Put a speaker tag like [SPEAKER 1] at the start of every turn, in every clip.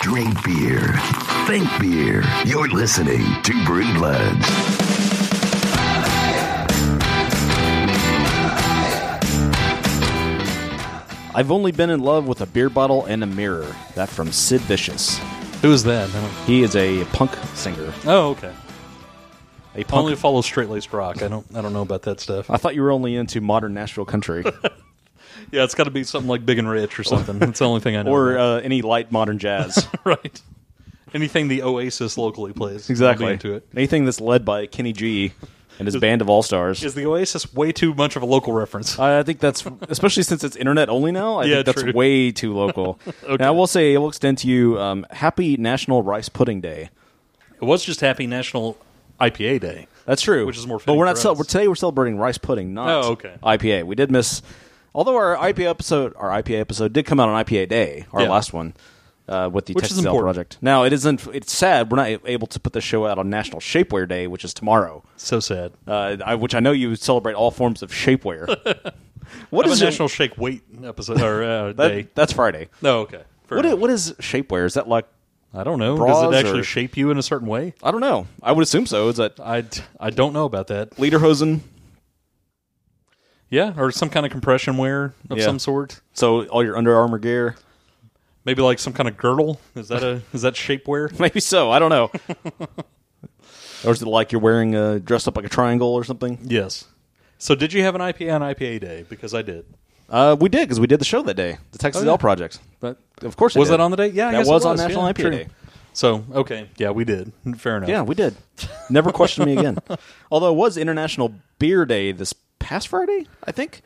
[SPEAKER 1] Drink beer. Think beer. You're listening to Brewbloods.
[SPEAKER 2] I've only been in love with a beer bottle and a mirror. That from Sid Vicious.
[SPEAKER 3] Who is that? I don't-
[SPEAKER 2] He is a punk singer.
[SPEAKER 3] Oh, okay.
[SPEAKER 2] A punk.
[SPEAKER 3] Only follow straight laced rock. I don't. I don't know about that stuff.
[SPEAKER 2] I thought you were only into modern Nashville country
[SPEAKER 3] Yeah, it's got to be something like Big and Rich or something. That's the only thing I know.
[SPEAKER 2] or
[SPEAKER 3] about.
[SPEAKER 2] uh, any light modern jazz.
[SPEAKER 3] right. Anything the Oasis locally plays. I'll Be
[SPEAKER 2] exactly.
[SPEAKER 3] into it.
[SPEAKER 2] Anything that's led by Kenny G and his band of all stars.
[SPEAKER 3] Is the Oasis way too much of a local reference?
[SPEAKER 2] I think that's especially since it's internet only now. I
[SPEAKER 3] Yeah,
[SPEAKER 2] think that's
[SPEAKER 3] true.
[SPEAKER 2] way too local. And I will say, it will extend to you. Um, happy National Rice Pudding Day.
[SPEAKER 3] it was just Happy National IPA Day.
[SPEAKER 2] That's true.
[SPEAKER 3] Which is more
[SPEAKER 2] But
[SPEAKER 3] fitting
[SPEAKER 2] we're not.
[SPEAKER 3] for
[SPEAKER 2] Cel-
[SPEAKER 3] us.
[SPEAKER 2] we're, today we're celebrating rice pudding, not
[SPEAKER 3] Oh, okay.
[SPEAKER 2] IPA. We did miss, although our IPA episode, our IPA episode did come out on IPA Day, our
[SPEAKER 3] Yeah.
[SPEAKER 2] last one. Uh, with the
[SPEAKER 3] Which is
[SPEAKER 2] Texas Ale
[SPEAKER 3] important.
[SPEAKER 2] project. Now it isn't. It's sad we're not able to put the show out on National Shapewear Day, which is tomorrow.
[SPEAKER 3] So sad.
[SPEAKER 2] Uh, I, which I know you celebrate all forms of shapewear. what
[SPEAKER 3] What is
[SPEAKER 2] is it-
[SPEAKER 3] National Shake Weight episode or uh,
[SPEAKER 2] that-
[SPEAKER 3] day?
[SPEAKER 2] That's Friday.
[SPEAKER 3] No, okay. Fair
[SPEAKER 2] What is,
[SPEAKER 3] enough.
[SPEAKER 2] what is shapewear? Is that like
[SPEAKER 3] I don't know. Does
[SPEAKER 2] bras
[SPEAKER 3] it actually
[SPEAKER 2] or-
[SPEAKER 3] shape you in a certain way?
[SPEAKER 2] I don't know. I would assume so. Is that
[SPEAKER 3] I, d- I don't know about that.
[SPEAKER 2] lederhosen?
[SPEAKER 3] Yeah, or some kind of compression wear of
[SPEAKER 2] Yeah.
[SPEAKER 3] some sort.
[SPEAKER 2] So all your Under Armour gear?
[SPEAKER 3] Maybe like some kind of girdle. Is that a is that shapewear?
[SPEAKER 2] Maybe so. I don't know. or is it like you're wearing a dressed up like a triangle or something?
[SPEAKER 3] Yes. So did you have an IPA on IPA day? Because I did.
[SPEAKER 2] Uh, we did because we did the show that day, the Texas
[SPEAKER 3] Oh, yeah.
[SPEAKER 2] L Project.
[SPEAKER 3] But
[SPEAKER 2] Of course, I
[SPEAKER 3] was
[SPEAKER 2] did.
[SPEAKER 3] that on the day? Yeah, I
[SPEAKER 2] that
[SPEAKER 3] guess it
[SPEAKER 2] was, on
[SPEAKER 3] was.
[SPEAKER 2] National
[SPEAKER 3] Yeah,
[SPEAKER 2] IPA
[SPEAKER 3] true.
[SPEAKER 2] Day.
[SPEAKER 3] So okay, yeah, we did. Fair enough.
[SPEAKER 2] Yeah, we did. Never question me again. Although it was International Beer Day this past Friday, I think.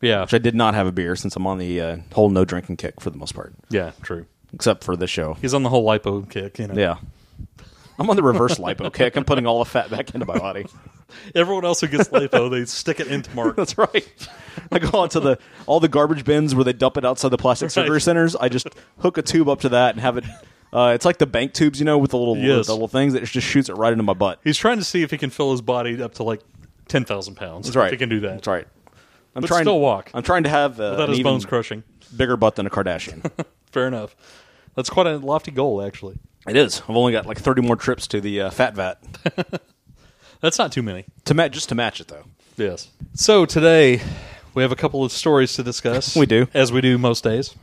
[SPEAKER 3] yeah,
[SPEAKER 2] Which I did not have a beer since I'm on the uh, whole no drinking kick for the most part,
[SPEAKER 3] yeah, true.
[SPEAKER 2] except for this show.
[SPEAKER 3] He's on the whole lipo kick. You know,
[SPEAKER 2] Yeah. I'm on the reverse lipo kick. I'm putting all the fat back into my body.
[SPEAKER 3] Everyone else who gets lipo, they stick it into Mark.
[SPEAKER 2] That's right. I go out to the all the garbage bins where they dump it outside the plastic surgery
[SPEAKER 3] Right.
[SPEAKER 2] centers. I just hook a tube up to that and have it. Uh, it's like the bank tubes, you know, with the little
[SPEAKER 3] Yes.
[SPEAKER 2] the little things that just shoots it right into my butt.
[SPEAKER 3] He's trying to see if he can fill his body up to like ten thousand pounds.
[SPEAKER 2] That's right.
[SPEAKER 3] If he can do that.
[SPEAKER 2] That's right. I'm
[SPEAKER 3] But
[SPEAKER 2] trying
[SPEAKER 3] still walk.
[SPEAKER 2] I'm trying to have uh,
[SPEAKER 3] Without
[SPEAKER 2] an
[SPEAKER 3] his
[SPEAKER 2] even
[SPEAKER 3] bones crushing.
[SPEAKER 2] bigger butt than a Kardashian.
[SPEAKER 3] Fair enough. That's quite a lofty goal, actually.
[SPEAKER 2] it is. I've only got like 30 more trips to the uh, fat vat
[SPEAKER 3] That's not too many.
[SPEAKER 2] to match just to match it though.
[SPEAKER 3] Yes. So today we have a couple of stories to discuss.
[SPEAKER 2] We do.
[SPEAKER 3] as we do most days.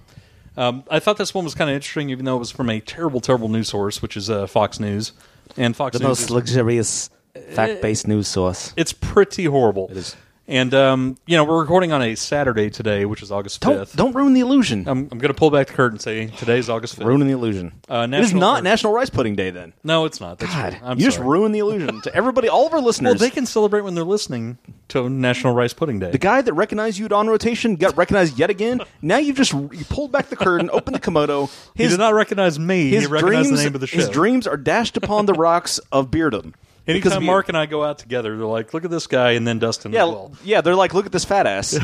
[SPEAKER 3] Um, I thought this one was kind of interesting, even though it was from a terrible, terrible news source, which is uh, Fox News. And Fox News, is-
[SPEAKER 2] luxurious fact-based news source.
[SPEAKER 3] it's pretty horrible. It
[SPEAKER 2] is.
[SPEAKER 3] And um, you know, we're recording on a Saturday today, which is August
[SPEAKER 2] Don't
[SPEAKER 3] fifth.
[SPEAKER 2] don't ruin the illusion.
[SPEAKER 3] I'm, I'm going to pull back the curtain and say today's August fifth.
[SPEAKER 2] Ruining the illusion.
[SPEAKER 3] Uh,
[SPEAKER 2] it is
[SPEAKER 3] National-
[SPEAKER 2] not National Rice Pudding Day then.
[SPEAKER 3] No, it's not. That's
[SPEAKER 2] God,
[SPEAKER 3] true. I'm
[SPEAKER 2] you just
[SPEAKER 3] sorry.
[SPEAKER 2] ruined the illusion to everybody, all of our listeners.
[SPEAKER 3] Well, they can celebrate when they're listening to National Rice Pudding Day.
[SPEAKER 2] the guy that recognized you on rotation got recognized yet again. Now you've just you pulled back the curtain, opened the Komodo.
[SPEAKER 3] he did not recognize me.
[SPEAKER 2] his
[SPEAKER 3] he recognized
[SPEAKER 2] dreams,
[SPEAKER 3] the name of the show.
[SPEAKER 2] His dreams are dashed upon the rocks of beardom. Because
[SPEAKER 3] Anytime
[SPEAKER 2] of you.
[SPEAKER 3] Mark and I go out together, they're like, "Look at this guy," and then Dustin.
[SPEAKER 2] yeah,
[SPEAKER 3] as well.
[SPEAKER 2] yeah, they're like, look at this fat ass.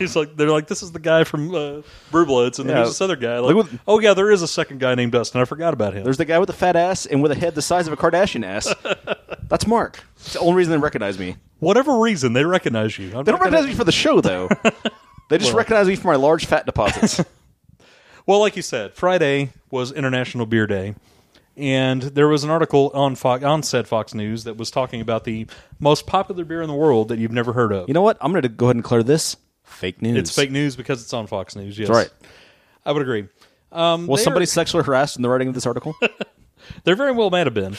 [SPEAKER 3] he's like, they're like, "This is the guy from uh, Brew Bloods," and then
[SPEAKER 2] Yeah.
[SPEAKER 3] there's this other guy.
[SPEAKER 2] Look
[SPEAKER 3] Like,
[SPEAKER 2] what-
[SPEAKER 3] oh yeah, there is a second guy named Dustin. I forgot about him.
[SPEAKER 2] There's the guy with the fat ass and with a head the size of a Kardashian ass. That's Mark. It's the only reason they recognize me.
[SPEAKER 3] whatever reason they recognize you.
[SPEAKER 2] They don't recognize me for the show though. They just recognize me for my large fat deposits.
[SPEAKER 3] Well, like you said, Friday was International Beer Day, and there was an article on Fox, on said Fox News that was talking about the most popular beer in the world that you've never heard of.
[SPEAKER 2] You know what? I'm going to go ahead and clear this. Fake news.
[SPEAKER 3] it's fake news because it's on Fox News. Yes,
[SPEAKER 2] right.
[SPEAKER 3] I would agree. Um,
[SPEAKER 2] Was
[SPEAKER 3] They
[SPEAKER 2] somebody
[SPEAKER 3] are-
[SPEAKER 2] sexually harassed in the writing of this article?
[SPEAKER 3] They're very well might have been,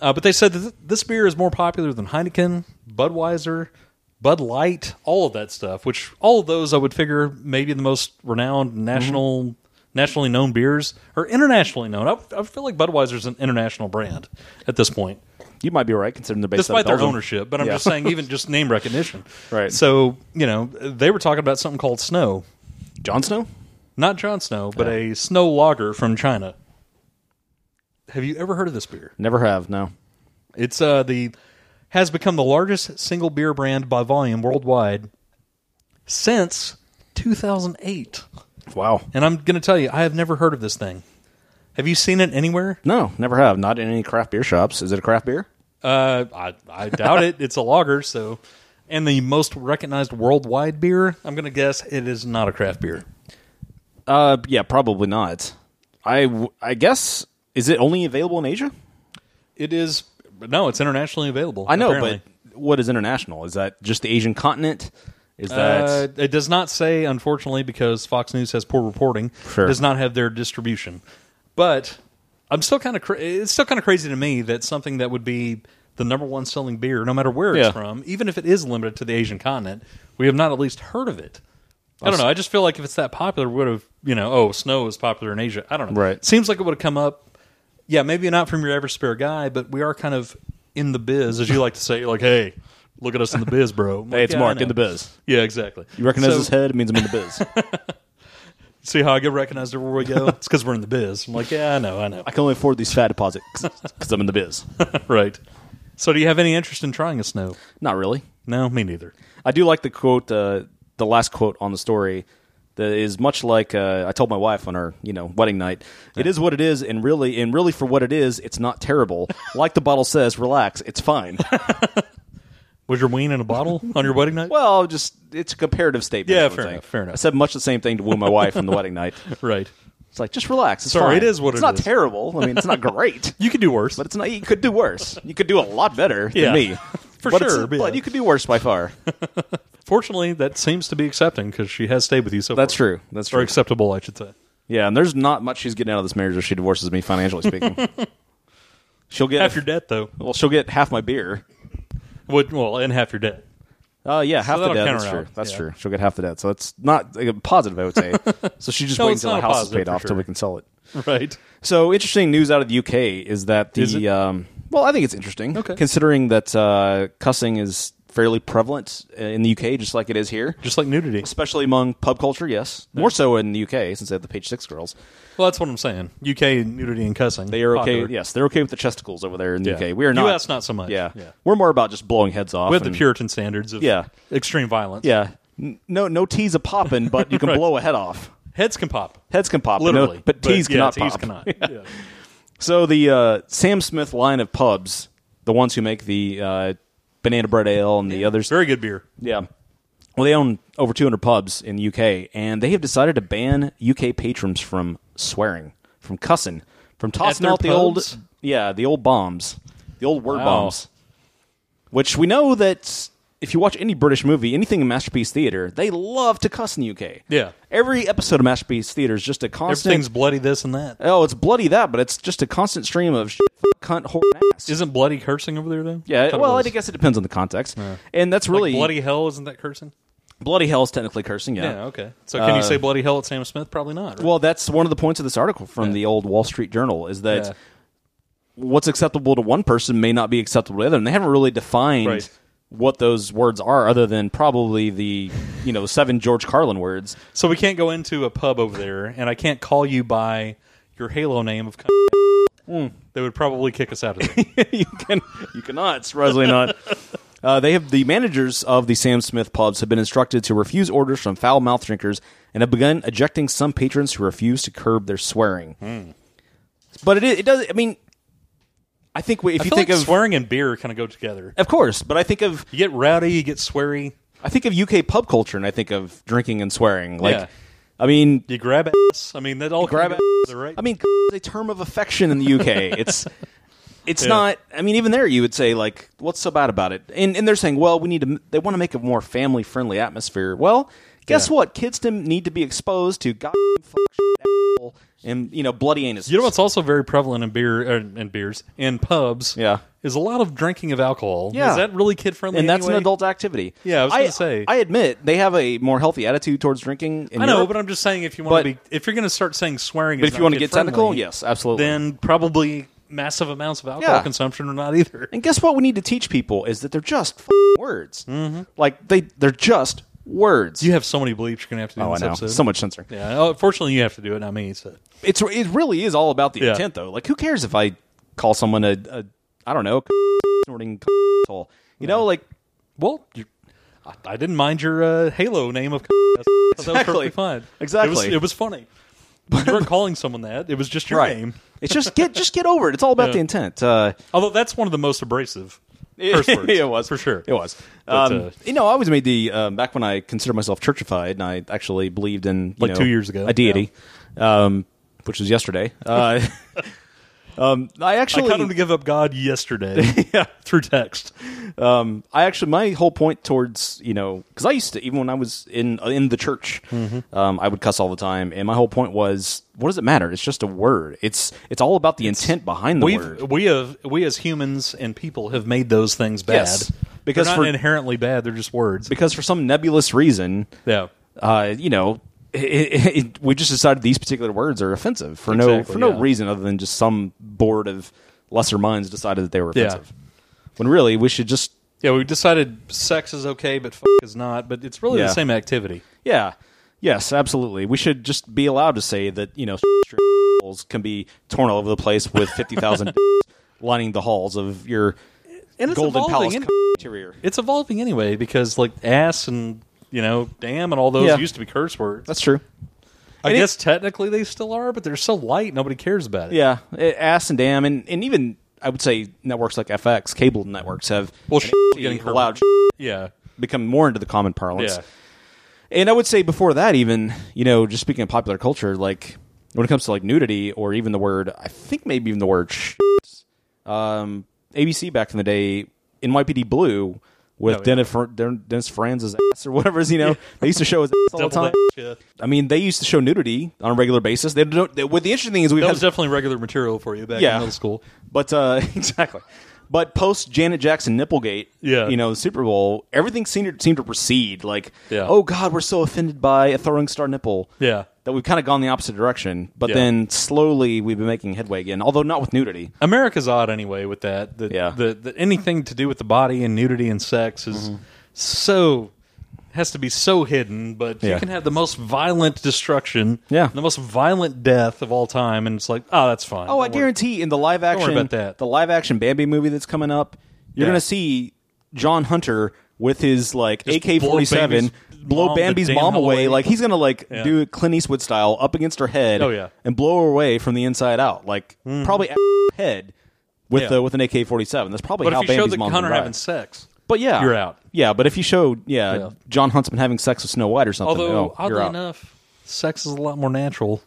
[SPEAKER 3] uh, but they said that th- this beer is more popular than Heineken, Budweiser, Bud Light, all of that stuff. Which all of those I would figure maybe the most renowned
[SPEAKER 2] Mm-hmm.
[SPEAKER 3] national, nationally known beers or internationally known. I, I feel like Budweiser's an international brand at this point,
[SPEAKER 2] you might be right, considering the base.
[SPEAKER 3] despite their ownership. But I'm
[SPEAKER 2] Yeah.
[SPEAKER 3] just saying, even just name recognition.
[SPEAKER 2] Right.
[SPEAKER 3] So you know they were talking about something called Snow,
[SPEAKER 2] Jon Snow.
[SPEAKER 3] not Jon Snow, but a Snow Lager from China. Have you ever heard of this beer?
[SPEAKER 2] Never have. No.
[SPEAKER 3] It's uh the has become the largest single beer brand by volume worldwide since 2008.
[SPEAKER 2] Wow.
[SPEAKER 3] And I'm going to tell you, I have never heard of this thing. Have you seen it anywhere?
[SPEAKER 2] No, never have. Not in any craft beer shops. Is it a craft beer?
[SPEAKER 3] Uh, I I doubt it. It's a lager, so and the most recognized worldwide beer. I'm going to guess it is not a craft beer.
[SPEAKER 2] Uh, yeah, probably not. I w- I guess Is it only available in Asia?
[SPEAKER 3] It is no, it's internationally available.
[SPEAKER 2] I know,
[SPEAKER 3] apparently.
[SPEAKER 2] but what is international? Is that just the Asian continent? Is that
[SPEAKER 3] Uh, it does not say, unfortunately, because Fox News has poor reporting.
[SPEAKER 2] Sure.
[SPEAKER 3] Does not have their distribution, but I'm still kind of cra- it's still kind of crazy to me that something that would be the number one selling beer, no matter where
[SPEAKER 2] Yeah.
[SPEAKER 3] it's from, even if it is limited to the Asian continent, we have not at least heard of it. I don't know. I just feel like if it's that popular, would have you know? Oh, snow is popular in Asia. I don't know.
[SPEAKER 2] Right.
[SPEAKER 3] Seems like it would have come up. Yeah, maybe not from your average spare guy, but we are kind of in the biz, as you like to say. You're like, hey, look at us in the biz, bro. I'm
[SPEAKER 2] Hey,
[SPEAKER 3] like,
[SPEAKER 2] it's
[SPEAKER 3] "Yeah, I
[SPEAKER 2] Mark in
[SPEAKER 3] know."
[SPEAKER 2] the biz.
[SPEAKER 3] Yeah, exactly.
[SPEAKER 2] You recognize
[SPEAKER 3] So,
[SPEAKER 2] his head? It means I'm in the biz.
[SPEAKER 3] See how I get recognized everywhere we go? it's because we're in the biz. I'm like, yeah, I know, I know.
[SPEAKER 2] I can only afford these fat deposits because I'm in the biz.
[SPEAKER 3] right. So, do you have any interest in trying a snow?
[SPEAKER 2] Not really.
[SPEAKER 3] No, me neither.
[SPEAKER 2] I do like the quote, uh, the last quote on the story that is much like uh, I told my wife on our you know wedding night. It is what it is, and really, and really for what it is, it's not terrible. like the bottle says, relax, it's fine.
[SPEAKER 3] Was your ween in a bottle on your wedding night?
[SPEAKER 2] well, just it's a comparative statement.
[SPEAKER 3] Yeah,
[SPEAKER 2] I would
[SPEAKER 3] fair
[SPEAKER 2] say.
[SPEAKER 3] enough, fair enough.
[SPEAKER 2] I said much the same thing to woo my wife on the wedding night.
[SPEAKER 3] Right.
[SPEAKER 2] It's like just relax. It's
[SPEAKER 3] Sorry,
[SPEAKER 2] fine.
[SPEAKER 3] it is what
[SPEAKER 2] it's
[SPEAKER 3] it
[SPEAKER 2] not
[SPEAKER 3] is.
[SPEAKER 2] terrible. I mean, it's not great.
[SPEAKER 3] You could do worse.
[SPEAKER 2] But it's not. You could do worse. You could do a lot better
[SPEAKER 3] Yeah.
[SPEAKER 2] than me,
[SPEAKER 3] For
[SPEAKER 2] But it's-
[SPEAKER 3] sure, yeah.
[SPEAKER 2] But you could do worse by far.
[SPEAKER 3] Fortunately, that seems to be accepting because she has stayed with you so
[SPEAKER 2] That's
[SPEAKER 3] far.
[SPEAKER 2] true. That's
[SPEAKER 3] Or
[SPEAKER 2] true.
[SPEAKER 3] acceptable, I should say.
[SPEAKER 2] Yeah, and there's not much she's getting out of this marriage if she divorces me financially speaking. she'll get
[SPEAKER 3] Half your debt, though.
[SPEAKER 2] well, she'll get half my beer.
[SPEAKER 3] Would, well, and half your debt.
[SPEAKER 2] Oh yeah, half the
[SPEAKER 3] that'll
[SPEAKER 2] debt.
[SPEAKER 3] count
[SPEAKER 2] That's
[SPEAKER 3] her
[SPEAKER 2] true.
[SPEAKER 3] out.
[SPEAKER 2] That's
[SPEAKER 3] Yeah.
[SPEAKER 2] true. She'll get half the debt. So that's not like, a positive, I would say. so she just
[SPEAKER 3] No,
[SPEAKER 2] waits
[SPEAKER 3] it's
[SPEAKER 2] until the
[SPEAKER 3] not a
[SPEAKER 2] house is
[SPEAKER 3] positive
[SPEAKER 2] paid
[SPEAKER 3] for
[SPEAKER 2] off till
[SPEAKER 3] sure.
[SPEAKER 2] we can sell it.
[SPEAKER 3] Right.
[SPEAKER 2] So interesting news out of the UK is that the
[SPEAKER 3] Is it?
[SPEAKER 2] um, well, I think it's interesting
[SPEAKER 3] Okay.
[SPEAKER 2] considering that uh, cussing is fairly prevalent uh, in the UK, just like it is here.
[SPEAKER 3] Just like nudity.
[SPEAKER 2] especially among pub culture. Yes, more so in the UK since they have the page six girls.
[SPEAKER 3] Well, that's what I'm saying. UK nudity and cussing.
[SPEAKER 2] They are okay.
[SPEAKER 3] Popular.
[SPEAKER 2] Yes, they're okay with the chesticles over there in the
[SPEAKER 3] Yeah.
[SPEAKER 2] UK. We are not.
[SPEAKER 3] US not so much.
[SPEAKER 2] Yeah.
[SPEAKER 3] Yeah.
[SPEAKER 2] we're more about just blowing heads off.
[SPEAKER 3] With the
[SPEAKER 2] and-
[SPEAKER 3] Puritan standards of
[SPEAKER 2] Yeah.
[SPEAKER 3] extreme violence.
[SPEAKER 2] Yeah, N- no, no tees a popping, but you can
[SPEAKER 3] Right.
[SPEAKER 2] blow a head off.
[SPEAKER 3] Heads can pop.
[SPEAKER 2] Heads can pop, but no-
[SPEAKER 3] Literally.
[SPEAKER 2] but tees
[SPEAKER 3] yeah,
[SPEAKER 2] cannot
[SPEAKER 3] tees
[SPEAKER 2] pop.
[SPEAKER 3] cannot. Yeah.
[SPEAKER 2] So the uh, Sam Smith line of pubs, the ones who make the uh, banana bread ale and the others,
[SPEAKER 3] Very good beer.
[SPEAKER 2] Yeah. Well, they own over 200 pubs in the UK, and they have decided to ban UK patrons from swearing, from cussing, from tossing
[SPEAKER 3] their
[SPEAKER 2] out the
[SPEAKER 3] pubs?
[SPEAKER 2] old, yeah, the old bombs, the old word
[SPEAKER 3] Wow.
[SPEAKER 2] bombs. Which we know that if you watch any British movie, anything in Masterpiece Theater, they love to cuss in the UK.
[SPEAKER 3] Yeah.
[SPEAKER 2] Every episode of Masterpiece Theater is just a constant.
[SPEAKER 3] Everything's bloody this and that.
[SPEAKER 2] oh, it's bloody that, but it's just a constant stream of shit, cunt, whore, and ass.
[SPEAKER 3] Isn't bloody cursing over there though?
[SPEAKER 2] yeah,
[SPEAKER 3] Thought it
[SPEAKER 2] well,
[SPEAKER 3] was.
[SPEAKER 2] I guess it depends on the context, and that's really
[SPEAKER 3] bloody hell isn't that cursing?
[SPEAKER 2] bloody hell is technically cursing.
[SPEAKER 3] Yeah, okay. So can you say bloody hell at Sam Smith? Probably not. Right?
[SPEAKER 2] Uh, Well, that's one of the points of this article from the old Wall Street Journal is that
[SPEAKER 3] Yeah.
[SPEAKER 2] what's acceptable to one person may not be acceptable to the other, and they haven't really defined
[SPEAKER 3] Right.
[SPEAKER 2] what those words are, other than probably the you know seven George Carlin words.
[SPEAKER 3] so we can't go into a pub over there, and I can't call you by your Halo name of. cunt. They would probably kick us out of there.
[SPEAKER 2] Hmm. you can you cannot, surprisingly not. Uh, they have the managers of the Sam Smith pubs have been instructed to refuse orders from foul mouth drinkers and have begun ejecting some patrons who refuse to curb their swearing.
[SPEAKER 3] Hmm.
[SPEAKER 2] But it, it does. I mean, I think we- if
[SPEAKER 3] I
[SPEAKER 2] you
[SPEAKER 3] feel
[SPEAKER 2] think
[SPEAKER 3] like
[SPEAKER 2] of
[SPEAKER 3] swearing and beer kind of go together.
[SPEAKER 2] Of course, but I think of
[SPEAKER 3] You get rowdy, you get sweary,
[SPEAKER 2] I think of UK pub culture and I think of drinking and swearing. Like,
[SPEAKER 3] Yeah.
[SPEAKER 2] I mean,
[SPEAKER 3] you grab ass. I mean, that all
[SPEAKER 2] grab
[SPEAKER 3] kinda
[SPEAKER 2] it.
[SPEAKER 3] goes together, right?
[SPEAKER 2] I mean, is a term of affection in the UK. it's it's not. I mean, even there, you would say like, "What's so bad about it?" And and they're saying, "Well, we need to. They want to make a more family friendly atmosphere." Well, guess
[SPEAKER 3] Yeah.
[SPEAKER 2] what? Kids dem- need to be exposed to god fuck shit, asshole, and you know bloody anus.
[SPEAKER 3] You know what's also very prevalent in beer er, in beers in pubs?
[SPEAKER 2] Yeah.
[SPEAKER 3] is a lot of drinking of alcohol.
[SPEAKER 2] Yeah.
[SPEAKER 3] is that really kid friendly?
[SPEAKER 2] and that's an
[SPEAKER 3] anyway?
[SPEAKER 2] adult activity.
[SPEAKER 3] Yeah, I was gonna say.
[SPEAKER 2] I admit they have a more healthy attitude towards drinking. In
[SPEAKER 3] I know,
[SPEAKER 2] Europe.
[SPEAKER 3] but I'm just saying if you want to be
[SPEAKER 2] But-
[SPEAKER 3] if you're going to start saying swearing,
[SPEAKER 2] But
[SPEAKER 3] is
[SPEAKER 2] if you
[SPEAKER 3] not
[SPEAKER 2] want to get
[SPEAKER 3] kid-friendly,
[SPEAKER 2] technical, yes, absolutely.
[SPEAKER 3] then probably massive amounts of alcohol
[SPEAKER 2] Yeah.
[SPEAKER 3] consumption are not either.
[SPEAKER 2] And guess what? We need to teach people is that they're just f***ing words. Mm-hmm. Like they, they're just words.
[SPEAKER 3] You have so many bleeps you're going to have to do
[SPEAKER 2] oh,
[SPEAKER 3] in
[SPEAKER 2] I
[SPEAKER 3] this
[SPEAKER 2] know.
[SPEAKER 3] episode.
[SPEAKER 2] So much censoring.
[SPEAKER 3] yeah, oh, fortunately, you have to do it, not me. So.
[SPEAKER 2] It's it really is all about the
[SPEAKER 3] Yeah.
[SPEAKER 2] intent, though. Like, who cares if I call someone a, a I don't know, snorting asshole? You know, like
[SPEAKER 3] Well, you I, I didn't mind your uh, Halo name of. That was perfectly fine. It was,
[SPEAKER 2] Exactly.
[SPEAKER 3] it was funny. You weren't calling someone that. It was just your name.
[SPEAKER 2] It's just get just get over it. It's all about
[SPEAKER 3] Yeah.
[SPEAKER 2] the intent. Uh,
[SPEAKER 3] Although that's one of the most abrasive curse words.
[SPEAKER 2] it was
[SPEAKER 3] for sure.
[SPEAKER 2] It was.
[SPEAKER 3] But,
[SPEAKER 2] um,
[SPEAKER 3] uh,
[SPEAKER 2] you know, I always made the um, back when I considered myself churchified, and I actually believed in you
[SPEAKER 3] Like
[SPEAKER 2] know,
[SPEAKER 3] two years ago.
[SPEAKER 2] a deity, um, which was yesterday. Uh, Um, I
[SPEAKER 3] I
[SPEAKER 2] actually
[SPEAKER 3] cut him to give up God yesterday
[SPEAKER 2] Yeah.
[SPEAKER 3] through text.
[SPEAKER 2] um, I actually my whole point towards you know because I used to even when I was in in the church,
[SPEAKER 3] Mm-hmm.
[SPEAKER 2] um, I would cuss all the time, and my whole point was, what does it matter? It's just a word. It's it's all about the intent behind the
[SPEAKER 3] We've,
[SPEAKER 2] word.
[SPEAKER 3] we have we as humans and people have made those things bad
[SPEAKER 2] Yes, because
[SPEAKER 3] they're not
[SPEAKER 2] for-
[SPEAKER 3] inherently bad. They're just words.
[SPEAKER 2] Because for some nebulous reason,
[SPEAKER 3] yeah,
[SPEAKER 2] uh, you know, it, it, it, we just decided these particular words are offensive for no
[SPEAKER 3] Exactly,
[SPEAKER 2] for no
[SPEAKER 3] yeah.
[SPEAKER 2] reason other than just some board of lesser minds decided that they were
[SPEAKER 3] Yeah.
[SPEAKER 2] offensive. When really we should just
[SPEAKER 3] yeah. We decided sex is okay, but f- is not. But it's really
[SPEAKER 2] Yeah.
[SPEAKER 3] the same activity.
[SPEAKER 2] yeah yes absolutely we should just be allowed to say that you know can be torn all over the place with fifty thousand lining the halls of your
[SPEAKER 3] And it's
[SPEAKER 2] golden
[SPEAKER 3] evolving
[SPEAKER 2] palace
[SPEAKER 3] any-
[SPEAKER 2] interior.
[SPEAKER 3] It's evolving anyway because like ass and you know damn and all those
[SPEAKER 2] Yeah.
[SPEAKER 3] used to be curse words.
[SPEAKER 2] That's true.
[SPEAKER 3] I
[SPEAKER 2] and it-
[SPEAKER 3] guess technically they still are, but they're so light nobody cares about it.
[SPEAKER 2] Yeah, eh, ass and damn, and, and even I would say networks like FX, cable networks have
[SPEAKER 3] Well,
[SPEAKER 2] an
[SPEAKER 3] sh-
[SPEAKER 2] empty
[SPEAKER 3] getting curb-
[SPEAKER 2] allowed
[SPEAKER 3] yeah,
[SPEAKER 2] become more into the common parlance.
[SPEAKER 3] yeah.
[SPEAKER 2] And I would say before that, even you know, just speaking of popular culture, like when it comes to like nudity or even the word, I think maybe even the word. Sh- um, ABC back in the day, NYPD Blue with
[SPEAKER 3] Oh, yeah.
[SPEAKER 2] Dennis, Fr- Den- Dennis Franz's ass or whatever is you know they used to show his ass all the
[SPEAKER 3] Double
[SPEAKER 2] time.
[SPEAKER 3] that shit.
[SPEAKER 2] I mean, they used to show nudity on a regular basis. They don't. They, what the interesting thing is, we've
[SPEAKER 3] That
[SPEAKER 2] had
[SPEAKER 3] was definitely regular material for you back
[SPEAKER 2] Yeah.
[SPEAKER 3] in middle school.
[SPEAKER 2] But uh, exactly. But post Janet Jackson nipplegate,
[SPEAKER 3] Yeah.
[SPEAKER 2] you know, the Super Bowl, everything seemed to, seemed to proceed like,
[SPEAKER 3] Yeah.
[SPEAKER 2] oh God, we're so offended by a throwing star nipple,
[SPEAKER 3] Yeah.
[SPEAKER 2] that we've kind of gone the opposite direction. But
[SPEAKER 3] Yeah.
[SPEAKER 2] then slowly we've been making headway again, although not with nudity.
[SPEAKER 3] America's odd anyway with that. That,
[SPEAKER 2] Yeah.
[SPEAKER 3] that, that anything to do with the body and nudity and sex is
[SPEAKER 2] Mm-hmm.
[SPEAKER 3] so has to be so hidden. But
[SPEAKER 2] Yeah.
[SPEAKER 3] you can have the most violent destruction,
[SPEAKER 2] Yeah.
[SPEAKER 3] the most violent death of all time, and it's like, oh, that's fine.
[SPEAKER 2] Oh, I
[SPEAKER 3] Don't worry.
[SPEAKER 2] guarantee in the live action,
[SPEAKER 3] worry about that.
[SPEAKER 2] the live action Bambi movie that's coming up, you're
[SPEAKER 3] Yeah.
[SPEAKER 2] gonna see John Hunter with his like
[SPEAKER 3] Just
[SPEAKER 2] AK forty seven blow
[SPEAKER 3] blow Bambi's mom the
[SPEAKER 2] Bambi's
[SPEAKER 3] damn
[SPEAKER 2] mom
[SPEAKER 3] hell
[SPEAKER 2] away.
[SPEAKER 3] away.
[SPEAKER 2] Like he's gonna like
[SPEAKER 3] Yeah.
[SPEAKER 2] do it Clint Eastwood style up against her head.
[SPEAKER 3] Oh, yeah. Mm-hmm.
[SPEAKER 2] and blow her away from the inside out. Like probably at her head with
[SPEAKER 3] Yeah.
[SPEAKER 2] uh, with an AK forty seven. That's probably
[SPEAKER 3] But
[SPEAKER 2] how
[SPEAKER 3] if you show
[SPEAKER 2] Bambi's
[SPEAKER 3] that
[SPEAKER 2] mom
[SPEAKER 3] Connor
[SPEAKER 2] died.
[SPEAKER 3] having sex,
[SPEAKER 2] But yeah,
[SPEAKER 3] you're out.
[SPEAKER 2] Yeah, but if you showed yeah,
[SPEAKER 3] Yeah.
[SPEAKER 2] John Hunt's been having sex with Snow White or something,
[SPEAKER 3] although
[SPEAKER 2] oh, you're
[SPEAKER 3] oddly
[SPEAKER 2] out.
[SPEAKER 3] enough, sex is a lot more natural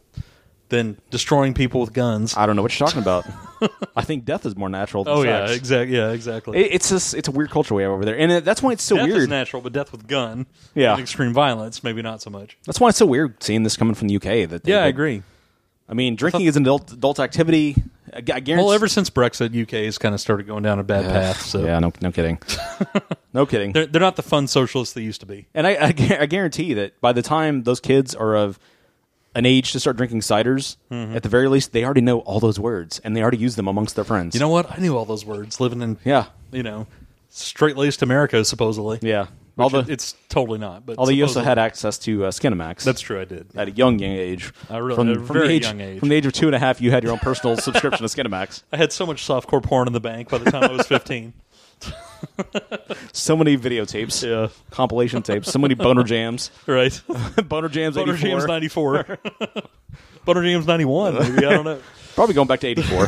[SPEAKER 3] than destroying people with guns.
[SPEAKER 2] I don't know what you're talking about. I think death is more natural. Than
[SPEAKER 3] oh
[SPEAKER 2] sex.
[SPEAKER 3] yeah, exactly. Yeah, exactly.
[SPEAKER 2] It, it's just it's a weird culture we have over there, and it, that's why it's so
[SPEAKER 3] death
[SPEAKER 2] weird.
[SPEAKER 3] is natural, but death with gun,
[SPEAKER 2] Yeah.
[SPEAKER 3] and extreme violence, maybe not so much.
[SPEAKER 2] that's why it's so weird seeing this coming from the UK. That they-
[SPEAKER 3] Yeah, I
[SPEAKER 2] that-
[SPEAKER 3] agree.
[SPEAKER 2] I mean, drinking is an adult adult activity. I gu- I guarantee.
[SPEAKER 3] Well, ever since Brexit, UK has kind of started going down a bad path. So
[SPEAKER 2] Uh, yeah, no, no kidding, no kidding.
[SPEAKER 3] they're they're not the fun socialists they used to be.
[SPEAKER 2] and I, I, gu- I guarantee that by the time those kids are of an age to start drinking ciders,
[SPEAKER 3] Mm-hmm.
[SPEAKER 2] at the very least, they already know all those words and they already use them amongst their friends.
[SPEAKER 3] You know what? I knew all those words living in
[SPEAKER 2] Yeah.
[SPEAKER 3] you know, straight laced America supposedly.
[SPEAKER 2] yeah.
[SPEAKER 3] Which
[SPEAKER 2] Although,
[SPEAKER 3] it- it's totally not. But
[SPEAKER 2] although you also
[SPEAKER 3] supposedly-
[SPEAKER 2] had access to uh, Skinamax.
[SPEAKER 3] that's true. I did.
[SPEAKER 2] at a young, young age.
[SPEAKER 3] I really-
[SPEAKER 2] from,
[SPEAKER 3] a
[SPEAKER 2] from the
[SPEAKER 3] very
[SPEAKER 2] age,
[SPEAKER 3] young age.
[SPEAKER 2] From the age of two and a half, you had your own personal subscription to Skinamax.
[SPEAKER 3] I had so much softcore porn in the bank by the time I was fifteen.
[SPEAKER 2] So many videotapes.
[SPEAKER 3] yeah,
[SPEAKER 2] compilation tapes. So many boner jams.
[SPEAKER 3] right.
[SPEAKER 2] boner jams.
[SPEAKER 3] Boner
[SPEAKER 2] 84.
[SPEAKER 3] James ninety four. Boner James ninety one. Maybe I don't know.
[SPEAKER 2] Probably going back to eighty four.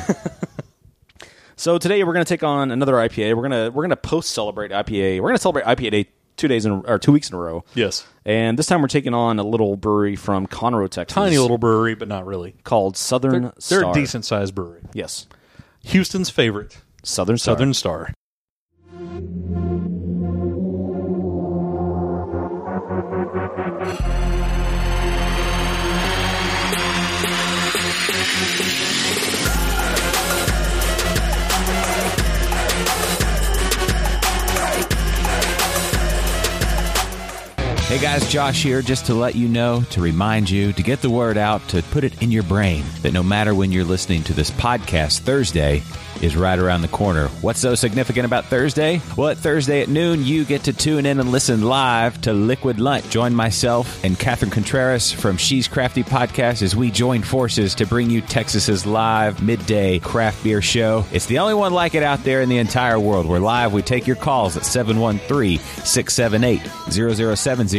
[SPEAKER 2] so today we're going to take on another IPA. We're gonna we're gonna post celebrate IPA. We're gonna celebrate IPA day two days in a- or two weeks in a row.
[SPEAKER 3] Yes,
[SPEAKER 2] And this time we're taking on a little brewery from Conroe, Texas,
[SPEAKER 3] tiny little brewery, but not really.
[SPEAKER 2] called Southern
[SPEAKER 3] They're,
[SPEAKER 2] Star.
[SPEAKER 3] they're a decent sized brewery.
[SPEAKER 2] Yes,
[SPEAKER 3] Houston's favorite,
[SPEAKER 2] Southern Star.
[SPEAKER 3] Southern Star.
[SPEAKER 4] Hey guys, Josh here, just to let you know, to remind you, to get the word out, to put it in your brain that no matter when you're listening to this podcast, Thursday is right around the corner. What's so significant about Thursday? Well, at Thursday at noon, you get to tune in and listen live to Liquid Lunch. Join myself and Catherine Contreras from She's Crafty Podcast as we join forces to bring you Texas's live midday craft beer show. It's the only one like it out there in the entire world. We're live. We take your calls at 713 678 0070.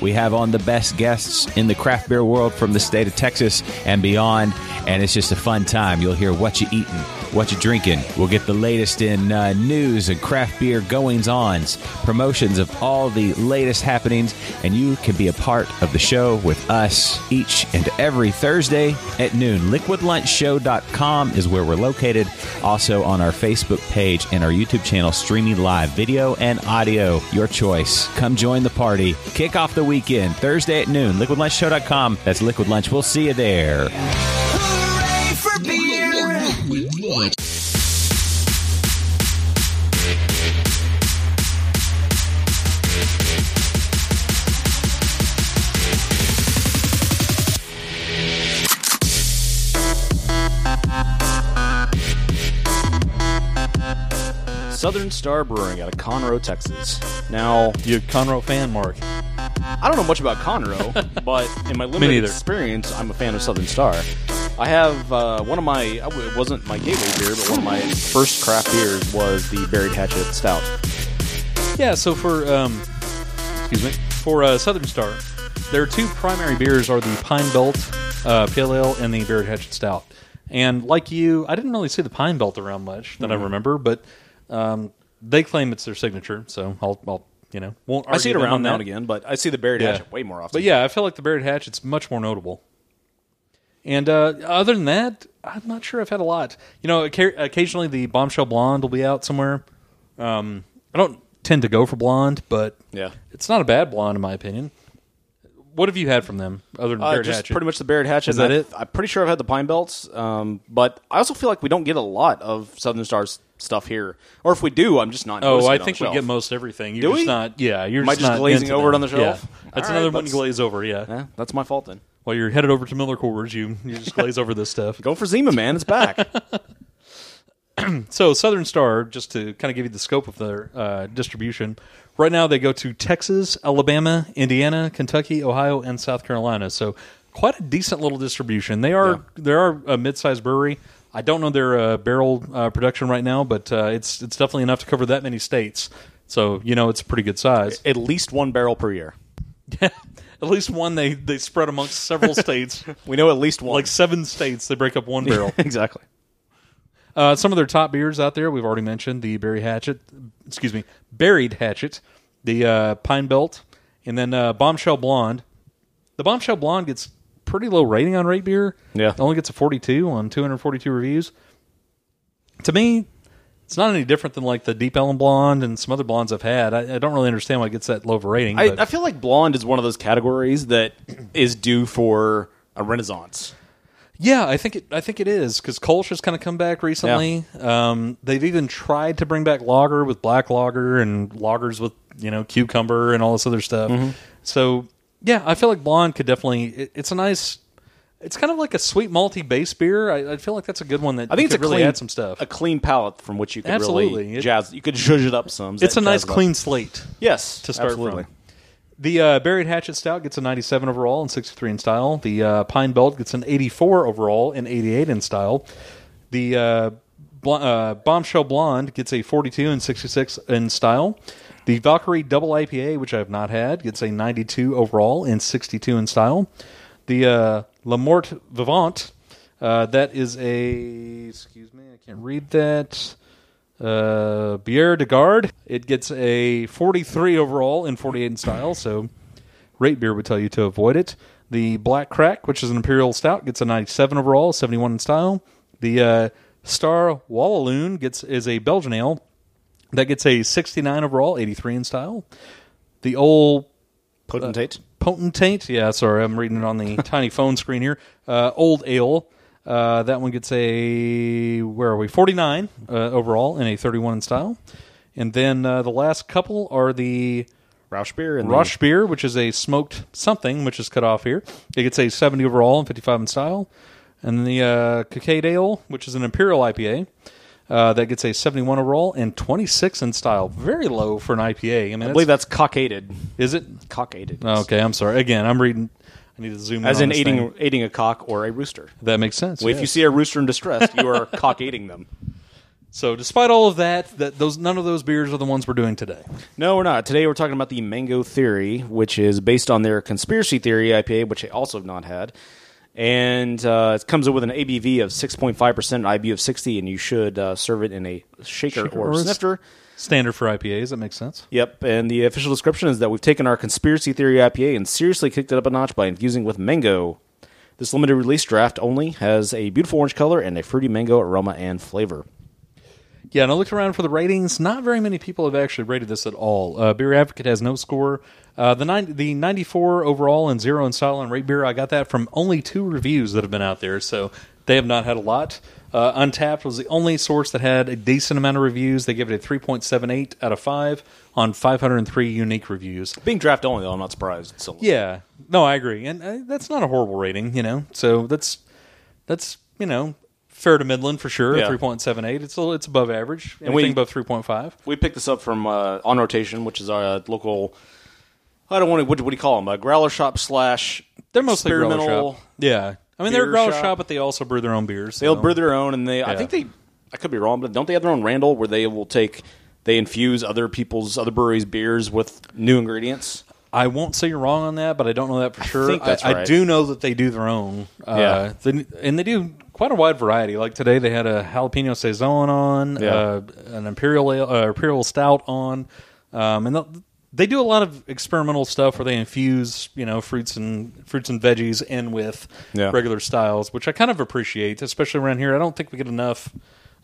[SPEAKER 4] We have on the best guests in the craft beer world from the state of Texas and beyond, and it's just a fun time. You'll hear what you eating, What You Drinking. We'll get the latest in uh, news and craft beer goings ons, promotions of all the latest happenings, and you can be a part of the show with us each and every Thursday at noon. LiquidLunchShow.com is where we're located. Also on our Facebook page and our YouTube channel, streaming live video and audio, your choice. Come join the party. Kick off the weekend Thursday at noon. LiquidLunchShow.com. That's Liquid Lunch. We'll see you there.
[SPEAKER 5] Hooray for beer!
[SPEAKER 2] Southern Star Brewing out of Conroe, Texas. Now,
[SPEAKER 3] You Conroe fan, Mark.
[SPEAKER 2] I don't know much about Conroe, but in my limited
[SPEAKER 3] neither.
[SPEAKER 2] experience, I'm a fan of Southern Star. I have uh, one of my, I w- it wasn't my gateway beer, but one of my first craft beers was the Buried Hatchet Stout.
[SPEAKER 3] Yeah, so for um, excuse me, for uh, Southern Star, their two primary beers are the Pine Belt uh, Pale Ale and the Barrett Hatchet Stout. And like you, I didn't really see the Pine Belt around much that
[SPEAKER 2] Mm-hmm.
[SPEAKER 3] I remember, but um, they claim it's their signature, so I'll, I'll you know, won't
[SPEAKER 2] I see it
[SPEAKER 3] argue them
[SPEAKER 2] around
[SPEAKER 3] on
[SPEAKER 2] now
[SPEAKER 3] that.
[SPEAKER 2] and again, but I see the Buried Hatchet way more often.
[SPEAKER 3] But yeah, I feel like the Buried Hatchet's much more notable. And uh, other than that, I'm not sure I've had a lot. You know, occa- occasionally the Bombshell Blonde will be out somewhere. Um, I don't tend to go for blonde, but
[SPEAKER 2] Yeah.
[SPEAKER 3] it's not a bad blonde in my opinion. What have you had from them other than
[SPEAKER 2] Uh,
[SPEAKER 3] Buried
[SPEAKER 2] just
[SPEAKER 3] Hatchet?
[SPEAKER 2] pretty much the Barrett Hatchet.
[SPEAKER 3] Is that
[SPEAKER 2] I,
[SPEAKER 3] it?
[SPEAKER 2] I'm pretty sure I've had the Pine Belts, um, but I also feel like we don't get a lot of Southern Stars stuff here, or if we do, I'm just not.
[SPEAKER 3] oh,
[SPEAKER 2] noticing
[SPEAKER 3] I
[SPEAKER 2] it on
[SPEAKER 3] think
[SPEAKER 2] the
[SPEAKER 3] we
[SPEAKER 2] shelf.
[SPEAKER 3] get most everything. You're
[SPEAKER 2] Do
[SPEAKER 3] just
[SPEAKER 2] we?
[SPEAKER 3] not. Yeah, you're
[SPEAKER 2] Am I just
[SPEAKER 3] not
[SPEAKER 2] glazing
[SPEAKER 3] into
[SPEAKER 2] over it
[SPEAKER 3] them.
[SPEAKER 2] on the shelf?
[SPEAKER 3] Yeah. That's
[SPEAKER 2] All
[SPEAKER 3] another
[SPEAKER 2] right,
[SPEAKER 3] one you
[SPEAKER 2] that's-
[SPEAKER 3] glaze over. Yeah.
[SPEAKER 2] Yeah, that's my fault then.
[SPEAKER 3] While you're headed over to Miller Coors, you you just glaze over this stuff.
[SPEAKER 2] Go for Zima, man. It's back.
[SPEAKER 3] So Southern Star, just to kind of give you the scope of their uh, distribution, right now they go to Texas, Alabama, Indiana, Kentucky, Ohio, and South Carolina. So quite a decent little distribution. They are they are a mid-sized brewery. I don't know their uh, barrel uh, production right now, but uh, it's it's definitely enough to cover that many states. So you know it's a pretty good size.
[SPEAKER 2] At least one barrel per year.
[SPEAKER 3] At least one they they spread amongst several states,
[SPEAKER 2] We know at least one.
[SPEAKER 3] like seven states. They break up one barrel.
[SPEAKER 2] exactly.
[SPEAKER 3] Uh, some of their top beers out there we've already mentioned the Berry Hatchet, excuse me, Buried Hatchet, the uh, Pine Belt, and then uh, Bombshell Blonde. The Bombshell Blonde gets pretty low rating on Rate Beer.
[SPEAKER 2] Yeah.
[SPEAKER 3] it only gets a 42 on 242 reviews. To me, it's not any different than like the Deep Ellum Blonde and some other blondes I've had. I, I don't really understand why it gets that low of a rating.
[SPEAKER 2] I,
[SPEAKER 3] but-
[SPEAKER 2] I feel like blonde is one of those categories that is due for a renaissance.
[SPEAKER 3] Yeah, I think it. I think it is because Kolsch has kind of come back recently. Um, they've even tried to bring back lager with black lager and lagers with you know cucumber and all this other stuff.
[SPEAKER 2] Mm-hmm.
[SPEAKER 3] So yeah, I feel like blonde could definitely. It, it's a nice. It's kind of like a sweet malty base beer. I, I feel like that's a good one that
[SPEAKER 2] I think
[SPEAKER 3] you
[SPEAKER 2] it's a
[SPEAKER 3] could really
[SPEAKER 2] clean,
[SPEAKER 3] add some stuff.
[SPEAKER 2] a clean palette from which you could
[SPEAKER 3] Absolutely.
[SPEAKER 2] really
[SPEAKER 3] It-
[SPEAKER 2] jazz. You could zhuzh it up some.
[SPEAKER 3] it's a
[SPEAKER 2] Jazz
[SPEAKER 3] nice
[SPEAKER 2] it up.
[SPEAKER 3] clean slate
[SPEAKER 2] Yes,
[SPEAKER 3] to start
[SPEAKER 2] absolutely.
[SPEAKER 3] from. The uh, Buried Hatchet Stout gets a 97 overall and 63 in style. The uh, Pine Belt gets an 84 overall and 88 in style. The uh, bl- uh, Bombshell Blonde gets a 42 and 66 in style. The Valkyrie Double IPA, which I have not had, gets a 92 overall and 62 in style. The uh, La Morte Vivant, uh, that is a. Excuse me, I can't read that. Uh, Bière de Garde. It gets a 43 overall and 48 in style, so Rate Beer would tell you to avoid it. The Black Crack, which is an Imperial Stout, gets a 97 overall, 71 in style. The uh, Star Wallaloon gets is a Belgian ale that gets a 69 overall, 83 in style. The Old
[SPEAKER 2] Potentate.
[SPEAKER 3] Potentate. Yeah, sorry, I'm reading it on the tiny phone screen here. Uh, old Ale. Uh, that one gets a where are we? 49 uh, overall and a 31 in style. And then uh, the last couple are the
[SPEAKER 2] Rausch beer
[SPEAKER 4] Mm.
[SPEAKER 2] and the-
[SPEAKER 3] Rush beer, which is a smoked something, which is cut off here. It gets a 70 overall and 55 in style. And then the uh, Cocade Ale, which is an Imperial IPA, uh, that gets a 71 overall and 26 in style. Very low for an IPA. I mean,
[SPEAKER 2] I believe that's cockaded.
[SPEAKER 3] is it?
[SPEAKER 2] Cockaded.
[SPEAKER 3] Okay, I'm sorry. Again, I'm reading. I need to zoom
[SPEAKER 2] As in
[SPEAKER 3] in on this
[SPEAKER 2] aiding
[SPEAKER 3] thing.
[SPEAKER 2] aiding a cock or a rooster.
[SPEAKER 3] That makes sense.
[SPEAKER 2] Well, If you
[SPEAKER 3] yes.
[SPEAKER 2] see a rooster in distress, you are cockading them.
[SPEAKER 3] so, despite all of that, that those none of those beers are the ones we're doing today.
[SPEAKER 2] No, we're not. Today we're talking about the Mango Theory, which is based on their conspiracy theory IPA, which I also have not had. and uh, it comes with an ABV of 6.5 percent, IBU of 60, and you should uh, serve it in a shaker,
[SPEAKER 3] Shaker
[SPEAKER 2] or
[SPEAKER 3] or a s-
[SPEAKER 2] snifter.
[SPEAKER 3] Standard for IPAs. That makes sense.
[SPEAKER 2] Yep, and the official description is that we've taken our conspiracy theory IPA and seriously kicked it up a notch by infusing with mango. This limited release draft only has a beautiful orange color and a fruity mango aroma and flavor.
[SPEAKER 3] Yeah, and I looked around for the ratings. Not very many people have actually rated this at all. Uh, Beer Advocate has no score. Uh, the nine, the 94 overall and zero in silent rate beer. I got that from only two reviews that have been out there, so they have not had a lot. Uh, Untapped was the only source that had a decent amount of reviews. They gave it a 3.78 out of five on 503 unique reviews.
[SPEAKER 2] Being draft only, though, I'm not surprised. So
[SPEAKER 3] Yeah, no, I agree, and uh, that's not a horrible rating, you know. So that's that's you know fair to Midland for sure.
[SPEAKER 2] Yeah.
[SPEAKER 3] 3.78. It's a, it's above average. Anything
[SPEAKER 2] we-
[SPEAKER 3] above 3.5.
[SPEAKER 2] we picked this up from uh, On Rotation, which is our uh, local. I don't want to. What, do- what do you call them? A growler shop slash.
[SPEAKER 3] They're mostly growler
[SPEAKER 2] experimental-
[SPEAKER 3] shop. Yeah, I mean they're a
[SPEAKER 2] beer
[SPEAKER 3] growler
[SPEAKER 2] shop.
[SPEAKER 3] shop. but they also brew their own beers.
[SPEAKER 2] They'll
[SPEAKER 3] so-
[SPEAKER 2] brew their own, and they. I
[SPEAKER 3] Yeah.
[SPEAKER 2] think they. I could be wrong, but don't they have their own Randall where they will take they infuse other people's other breweries' beers with new ingredients?
[SPEAKER 3] I won't say you're wrong on that, but I don't know that for sure.
[SPEAKER 2] think that's
[SPEAKER 3] I,
[SPEAKER 2] right.
[SPEAKER 3] do know that they do their own. Uh,
[SPEAKER 2] Yeah.
[SPEAKER 3] they- and they do quite a wide variety. Like today, they had a jalapeno saison on,
[SPEAKER 2] Yeah.
[SPEAKER 3] uh, an imperial ale, uh, imperial stout on, um, and they'll- they do a lot of experimental stuff where they infuse you know fruits and fruits and veggies in with
[SPEAKER 2] Yeah.
[SPEAKER 3] regular styles, which I kind of appreciate, especially around here. I don't think we get enough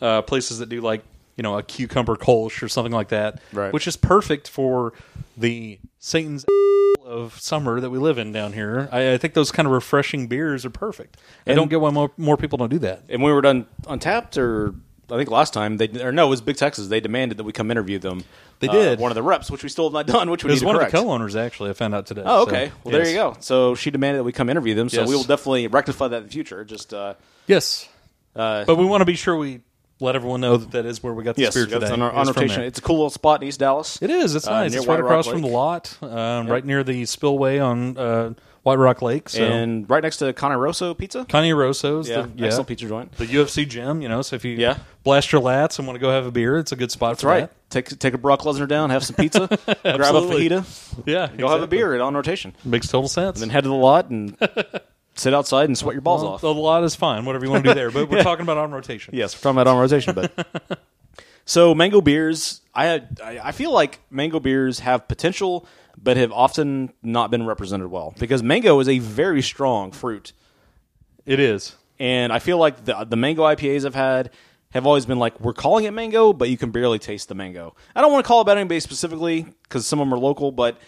[SPEAKER 3] uh, places that do like you know a cucumber kolsch or something like that,
[SPEAKER 2] Right.
[SPEAKER 3] which is perfect for the Satan's of summer that we live in down here. I, I think those kind of refreshing beers are perfect. I
[SPEAKER 2] And-
[SPEAKER 3] don't get why more, more people don't do that.
[SPEAKER 2] And when we were done untapped, or I think last time they or no, it was Big Texas. They demanded that we come interview them.
[SPEAKER 3] They
[SPEAKER 2] Uh,
[SPEAKER 3] did.
[SPEAKER 2] one of the reps, which we still have not done. Which
[SPEAKER 3] It
[SPEAKER 2] we
[SPEAKER 3] was
[SPEAKER 2] need to
[SPEAKER 3] one
[SPEAKER 2] correct.
[SPEAKER 3] of the co-owners actually. I found out today.
[SPEAKER 2] Oh,
[SPEAKER 3] so-
[SPEAKER 2] okay. Well, there
[SPEAKER 3] Yes.
[SPEAKER 2] you go. So she demanded that we come interview them. So
[SPEAKER 3] Yes.
[SPEAKER 2] we will definitely rectify that in the future. Just uh,
[SPEAKER 3] Yes,
[SPEAKER 2] uh,
[SPEAKER 3] but we want to be sure we let everyone know that that is where we got the
[SPEAKER 2] yes,
[SPEAKER 3] spear
[SPEAKER 2] that's
[SPEAKER 3] today.
[SPEAKER 2] on, our,
[SPEAKER 3] It
[SPEAKER 2] on
[SPEAKER 3] is from
[SPEAKER 2] rotation.
[SPEAKER 3] there.
[SPEAKER 2] It's a cool little spot in East Dallas.
[SPEAKER 3] It is. It's
[SPEAKER 2] uh,
[SPEAKER 3] nice.
[SPEAKER 2] near
[SPEAKER 3] It's right
[SPEAKER 2] White Rock
[SPEAKER 3] across from the
[SPEAKER 2] Lake.
[SPEAKER 3] lot, um, right near the spillway on uh, White Rock Lake. So.
[SPEAKER 2] and right next to Connie Rosso Pizza.
[SPEAKER 3] Connie Rosso's,
[SPEAKER 2] Yeah,
[SPEAKER 3] the, yeah,
[SPEAKER 2] excellent pizza joint.
[SPEAKER 3] the UFC gym. You know, so if you
[SPEAKER 2] Yeah.
[SPEAKER 3] blast your lats and want to go have a beer, it's a good spot for
[SPEAKER 2] Right. Take take a Brock Lesnar down, have some pizza, grab a
[SPEAKER 3] Absolutely.
[SPEAKER 2] fajita,
[SPEAKER 3] that. Yeah,
[SPEAKER 2] go have a beer at on rotation,
[SPEAKER 3] Makes total sense.
[SPEAKER 2] and head to the lot and sit outside and sweat your balls
[SPEAKER 3] Well,
[SPEAKER 2] off.
[SPEAKER 3] The lot is fine, whatever you want to do there. But we're talking about on rotation.
[SPEAKER 2] Yes, we're talking about on rotation, but so mango beers. I had, I I feel like mango beers have potential, but have often not been represented well because mango is a very strong fruit,
[SPEAKER 3] It is.
[SPEAKER 2] and I feel like the the mango IPAs I've had have always been like we're calling it mango, but you can barely taste the mango. I don't want to call about anybody specifically because some of them are local, but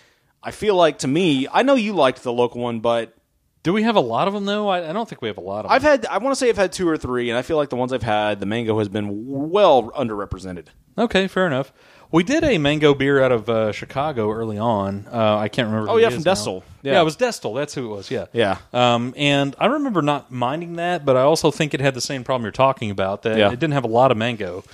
[SPEAKER 2] I feel like to me, I know you liked the local one, but
[SPEAKER 3] Do we have a lot of them, though? I, I don't think we have a lot of them.
[SPEAKER 2] I've had I want to say I've had two or three, and I feel like the ones I've had, the mango has been well underrepresented.
[SPEAKER 3] okay, fair enough. We did a mango beer out of uh, Chicago early on. Uh, I can't remember.
[SPEAKER 2] Oh,
[SPEAKER 3] who
[SPEAKER 2] yeah,
[SPEAKER 3] it
[SPEAKER 2] from
[SPEAKER 3] is now.
[SPEAKER 2] Destel.
[SPEAKER 3] Yeah.
[SPEAKER 2] Yeah.
[SPEAKER 3] it was Destel. That's who it was. Yeah,
[SPEAKER 2] Yeah.
[SPEAKER 3] Um, and I remember not minding that, but I also think it had the same problem you're talking about. That
[SPEAKER 2] Yeah.
[SPEAKER 3] it didn't have a lot of mango.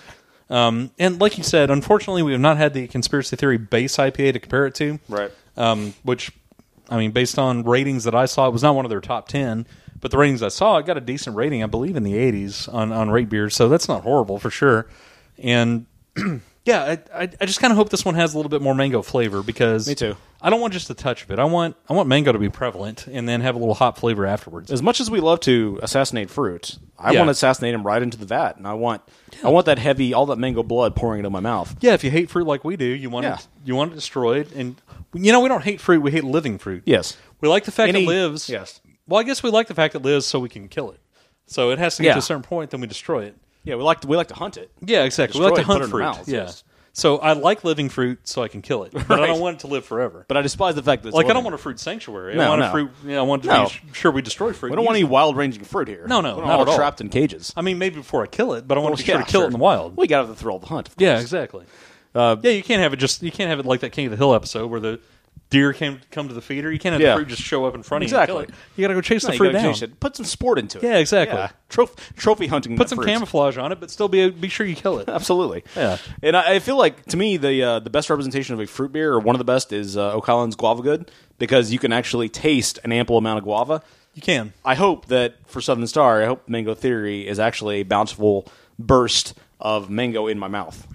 [SPEAKER 3] Um, and like you said, unfortunately, we have not had the conspiracy theory base IPA to compare it to.
[SPEAKER 2] Right.
[SPEAKER 3] um, which I mean, based on ratings that I saw, it was not one of their top ten. But the ratings I saw, it got a decent rating, I believe, in the 80s on on rate beers. So that's not horrible for sure. And yeah, I I, I just kind of hope this one has a little bit more mango flavor because
[SPEAKER 2] Me too.
[SPEAKER 3] I don't want just a touch of it. I want I want mango to be prevalent and then have a little hot flavor afterwards.
[SPEAKER 2] as much as we love to assassinate fruit, I
[SPEAKER 3] Yeah.
[SPEAKER 2] want to assassinate him right into the vat, and I want I want that heavy, all that mango blood pouring into my mouth.
[SPEAKER 3] Yeah, if you hate fruit like we do, you want
[SPEAKER 2] Yeah.
[SPEAKER 3] it you want it destroyed. And you know, we don't hate fruit; we hate living fruit.
[SPEAKER 2] Yes.
[SPEAKER 3] we like the fact
[SPEAKER 2] Any-
[SPEAKER 3] it lives.
[SPEAKER 2] yes.
[SPEAKER 3] Well, I guess we like the fact it lives, so we can kill it. So it has to get to
[SPEAKER 2] Yeah.
[SPEAKER 3] a certain point, then we destroy it.
[SPEAKER 2] Yeah, we like to, we like to hunt it.
[SPEAKER 3] Yeah, exactly.
[SPEAKER 2] Destroy
[SPEAKER 3] we like
[SPEAKER 2] it,
[SPEAKER 3] to
[SPEAKER 2] put
[SPEAKER 3] hunt
[SPEAKER 2] it in
[SPEAKER 3] fruit.
[SPEAKER 2] our mouths,
[SPEAKER 3] yeah.
[SPEAKER 2] yes.
[SPEAKER 3] So I like living fruit, so I can kill it, but I
[SPEAKER 2] Right.
[SPEAKER 3] don't want it to live forever.
[SPEAKER 2] But I despise the fact that it's
[SPEAKER 3] like I
[SPEAKER 2] living.
[SPEAKER 3] don't want a fruit sanctuary.
[SPEAKER 2] No,
[SPEAKER 3] I want
[SPEAKER 2] no.
[SPEAKER 3] a fruit. Yeah, I want to
[SPEAKER 2] No.
[SPEAKER 3] be sh- sure we destroy fruit.
[SPEAKER 2] We don't want any wild ranging fruit here.
[SPEAKER 3] No, no,
[SPEAKER 2] We're
[SPEAKER 3] not
[SPEAKER 2] all
[SPEAKER 3] at all.
[SPEAKER 2] trapped in cages.
[SPEAKER 3] I mean, maybe before I kill it, but I want
[SPEAKER 2] Well,
[SPEAKER 3] to be sure
[SPEAKER 2] yeah,
[SPEAKER 3] to kill
[SPEAKER 2] sure. Uh,
[SPEAKER 3] it in the wild.
[SPEAKER 2] We got out of the thrill of the hunt. Of
[SPEAKER 3] Yeah,
[SPEAKER 2] course.
[SPEAKER 3] exactly. yeah, you can't have it just you can't have it like that King of the Hill episode where the deer came come to the feeder. You can't have
[SPEAKER 2] Yeah.
[SPEAKER 3] the fruit just show up in front of you.
[SPEAKER 2] Exactly.
[SPEAKER 3] And kill it. You got to go chase
[SPEAKER 2] No,
[SPEAKER 3] the
[SPEAKER 2] you
[SPEAKER 3] fruit
[SPEAKER 2] gotta
[SPEAKER 3] down.
[SPEAKER 2] chase it. Put some sport into it.
[SPEAKER 3] Yeah, exactly.
[SPEAKER 2] Trophy, trophy hunting.
[SPEAKER 3] Put
[SPEAKER 2] that
[SPEAKER 3] some
[SPEAKER 2] fruit.
[SPEAKER 3] camouflage on it, but still be be sure you kill it.
[SPEAKER 2] Absolutely.
[SPEAKER 3] Yeah.
[SPEAKER 2] And I, I feel like to me the uh, the best representation of a fruit beer or one of the best is uh, O'Collin's Guava Good because you can actually taste an ample amount of guava.
[SPEAKER 3] you can.
[SPEAKER 2] I hope that for Southern Star, I hope Mango Theory is actually a bountiful burst of mango in my mouth.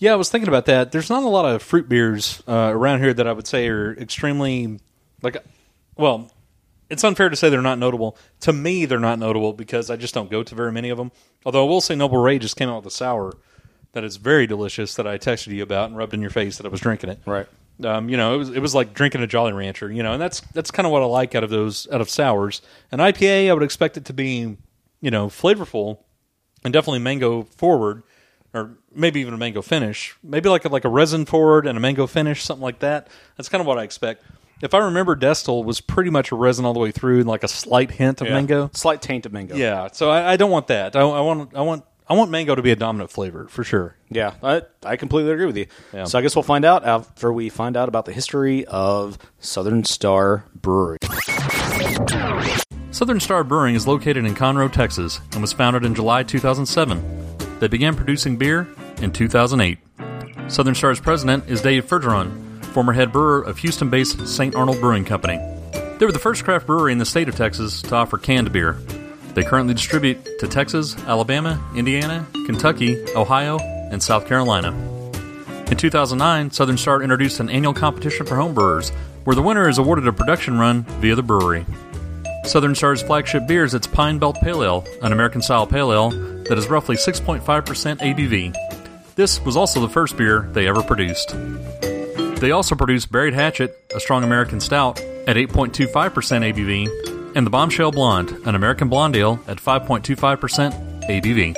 [SPEAKER 3] Yeah, I was thinking about that. There's not a lot of fruit beers uh, around here that I would say are extremely like, well, it's unfair to say they're not notable. To me, they're not notable because I just don't go to very many of them. Although I will say Noble Ray just came out with a sour that is very delicious that I texted you about and rubbed in your face that I was drinking it.
[SPEAKER 2] Right.
[SPEAKER 3] Um, you know, it was it was like drinking a Jolly Rancher. You know, and that's that's kind of what I like out of those out of sours. An IPA, I would expect it to be you know flavorful and definitely mango forward, or maybe even a mango finish. Maybe like a, like a resin forward and a mango finish, something like that. That's kind of what I expect. If I remember, Destel was pretty much a resin all the way through, and like a slight hint of mango.
[SPEAKER 2] Slight taint of mango.
[SPEAKER 3] Yeah, so I, I don't want that. I, I want I want I want mango to be a dominant flavor for sure.
[SPEAKER 2] Yeah, I, I completely agree with you.
[SPEAKER 3] Yeah.
[SPEAKER 2] So I guess we'll find out after we find out about the history of Southern Star Brewery.
[SPEAKER 3] Southern Star Brewing is located in Conroe, Texas, and was founded in July 2007. They began producing beer in 2008. Southern Star's president is Dave Fergeron, former head brewer of Houston based St. Arnold Brewing Company. They were the first craft brewery in the state of Texas to offer canned beer. They currently distribute to Texas, Alabama, Indiana, Kentucky, Ohio, and South Carolina. In 2009, Southern Star introduced an annual competition for homebrewers, where the winner is awarded a production run via the brewery. Southern Star's flagship beer is its Pine Belt Pale Ale, an American style pale ale that is roughly 6.5% ABV. This was also the first beer they ever produced. They also produced Buried Hatchet, a strong American stout, at 8.25% ABV, and the Bombshell Blonde, an American blonde ale, at 5.25% ABV.